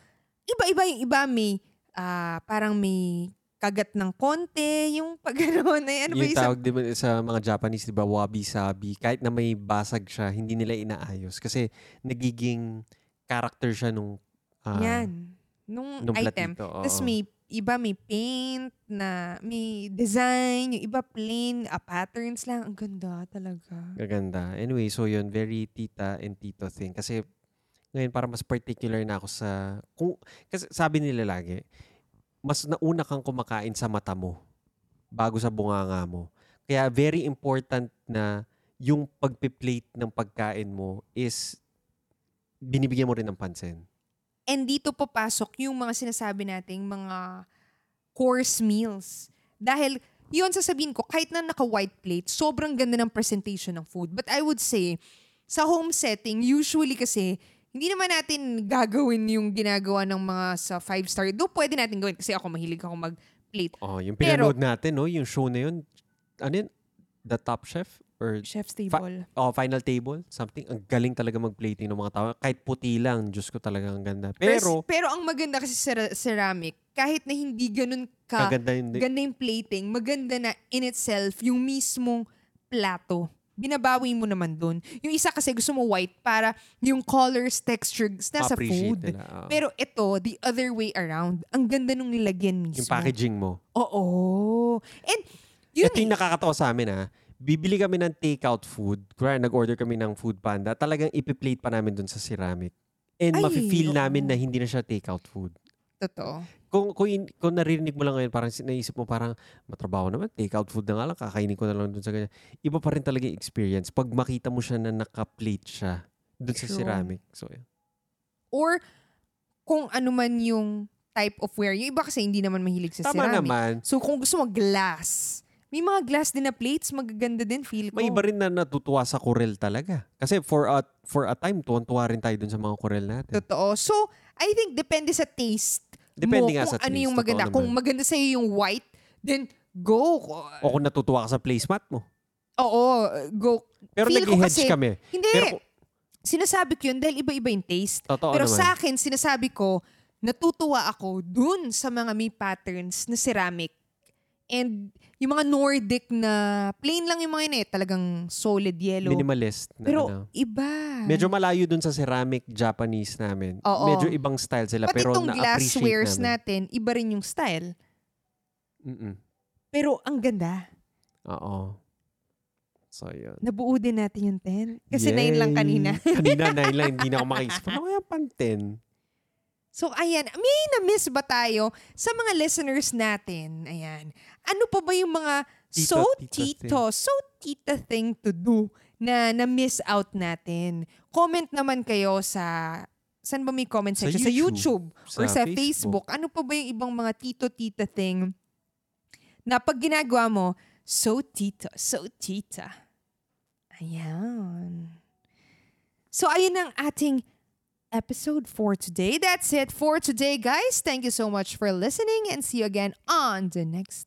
Speaker 2: iba-iba yung iba may ah, parang may kagat ng konti, yung pag gano'n. Ay, ano
Speaker 1: yung
Speaker 2: ba yung isang-
Speaker 1: tawag din sa mga Japanese, di ba, wabi-sabi. Kahit na may basag siya, hindi nila inaayos. Kasi nagiging character siya nung, ah,
Speaker 2: Yan. Nung,
Speaker 1: nung
Speaker 2: item.
Speaker 1: platito. Oo.
Speaker 2: Tapos may iba may paint na may design, yung iba plain, ah, patterns lang. Ang ganda talaga.
Speaker 1: Gaganda. Anyway, so yun, very tita and tito thing. Kasi ngayon para mas particular na ako sa... Kung, kasi sabi nila lagi, mas nauna kang kumakain sa mata mo bago sa bunganga mo. Kaya very important na yung pagpiplate ng pagkain mo is binibigyan mo rin ng pansin.
Speaker 2: And dito papasok yung mga sinasabi nating mga course meals. Dahil yun sasabihin ko, kahit na naka-white plate, sobrang ganda ng presentation ng food. But I would say, sa home setting, usually kasi, hindi naman natin gagawin yung ginagawa ng mga sa five-star. Though pwede natin gawin kasi ako mahilig ako mag plate.
Speaker 1: Oh, yung
Speaker 2: Pero-
Speaker 1: pinanood natin, no? Yung show na yun. Ano yun? The Top Chef? Or
Speaker 2: Chef's table.
Speaker 1: oh, Final Table? Something. Ang galing talaga mag-plating ng mga tao. Kahit puti lang. Diyos ko talaga ang ganda. Pero,
Speaker 2: pero ang maganda kasi sa ra- ceramic, kahit na hindi ganun ka,
Speaker 1: kaganda yun. din.
Speaker 2: ganda yung plating, maganda na in itself yung mismong plato. Binabawi mo naman dun. Yung isa kasi gusto mo white para yung colors, textures nasa
Speaker 1: Appreciate
Speaker 2: food.
Speaker 1: nila, ah.
Speaker 2: Pero ito, the other way around. Ang ganda nung nilagyan mismo.
Speaker 1: yung packaging mo.
Speaker 2: Oo. And yun eh,
Speaker 1: Ito yung nakakatawa sa amin ha. Bibili kami ng take-out food. Kaya nag-order kami ng food panda. Talagang ipi-plate pa namin dun sa ceramic. And
Speaker 2: Ay,
Speaker 1: mafe-feel
Speaker 2: oo.
Speaker 1: namin na hindi na siya take-out food.
Speaker 2: Totoo.
Speaker 1: Kung, kung, in- kung naririnig mo lang ngayon, parang sin- naisip mo parang matrabaho naman, take-out food na nga lang, kakainin ko na lang dun sa ganyan. Iba pa rin talaga yung experience. Pag makita mo siya na naka-plate siya dun sa
Speaker 2: True.
Speaker 1: ceramic. So, yun.
Speaker 2: Or kung ano man yung type of wear. Yung iba kasi hindi naman mahilig sa
Speaker 1: tama
Speaker 2: ceramic.
Speaker 1: naman.
Speaker 2: So kung gusto mo glass, may mga glass din na plates, magaganda din feel ko.
Speaker 1: May iba rin na natutuwa sa Corel talaga. Kasi for a, for a time, tuwan-tuwa rin tayo dun sa mga Corel natin.
Speaker 2: Totoo. So, I think depende sa taste
Speaker 1: Depende
Speaker 2: mo
Speaker 1: nga
Speaker 2: kung
Speaker 1: sa
Speaker 2: ano
Speaker 1: taste,
Speaker 2: yung
Speaker 1: totoo
Speaker 2: maganda.
Speaker 1: naman.
Speaker 2: Kung maganda sa'yo yung white, then go.
Speaker 1: O kung natutuwa ka sa placemat mo.
Speaker 2: Oo, go.
Speaker 1: Pero
Speaker 2: Feel ko
Speaker 1: nag-hedge
Speaker 2: kasi-
Speaker 1: kami.
Speaker 2: Hindi.
Speaker 1: Pero kung-
Speaker 2: sinasabi ko yun dahil iba-iba yung taste.
Speaker 1: Totoo
Speaker 2: Pero
Speaker 1: naman.
Speaker 2: sa akin, sinasabi ko, natutuwa ako dun sa mga may patterns na ceramic. And yung mga Nordic na, plain lang yung mga yun eh, talagang solid yellow.
Speaker 1: minimalist. Na,
Speaker 2: Pero ah.
Speaker 1: ano.
Speaker 2: iba.
Speaker 1: Medyo malayo dun sa ceramic Japanese namin.
Speaker 2: Oo.
Speaker 1: Medyo ibang style sila.
Speaker 2: Pati
Speaker 1: pero
Speaker 2: itong glasswares
Speaker 1: na-appreciate namin.
Speaker 2: natin, iba rin yung style.
Speaker 1: Mm-mm.
Speaker 2: Pero ang ganda.
Speaker 1: Oo. So, yun.
Speaker 2: Nabuo din natin yung 10. Kasi 9 lang
Speaker 1: Yay!
Speaker 2: kanina.
Speaker 1: kanina, nine lang. Hindi na ako makaisip. Ano kaya pang 10?
Speaker 2: So ayan, may na-miss ba tayo sa mga listeners natin? Ayan. Ano pa ba yung mga
Speaker 1: Tito,
Speaker 2: so
Speaker 1: tita
Speaker 2: tito, so tita thing to do na na-miss out natin? Comment naman kayo sa Saan ba may comment
Speaker 1: Sa
Speaker 2: section? Sa YouTube,
Speaker 1: YouTube.
Speaker 2: or sa Facebook. Ano pa ba yung ibang mga tito-tita thing na pag ginagawa mo, so tito, so tita. Ayan. So, ayun ang ating episode for today. That's it for today, guys. Thank you so much for listening and see you again on the next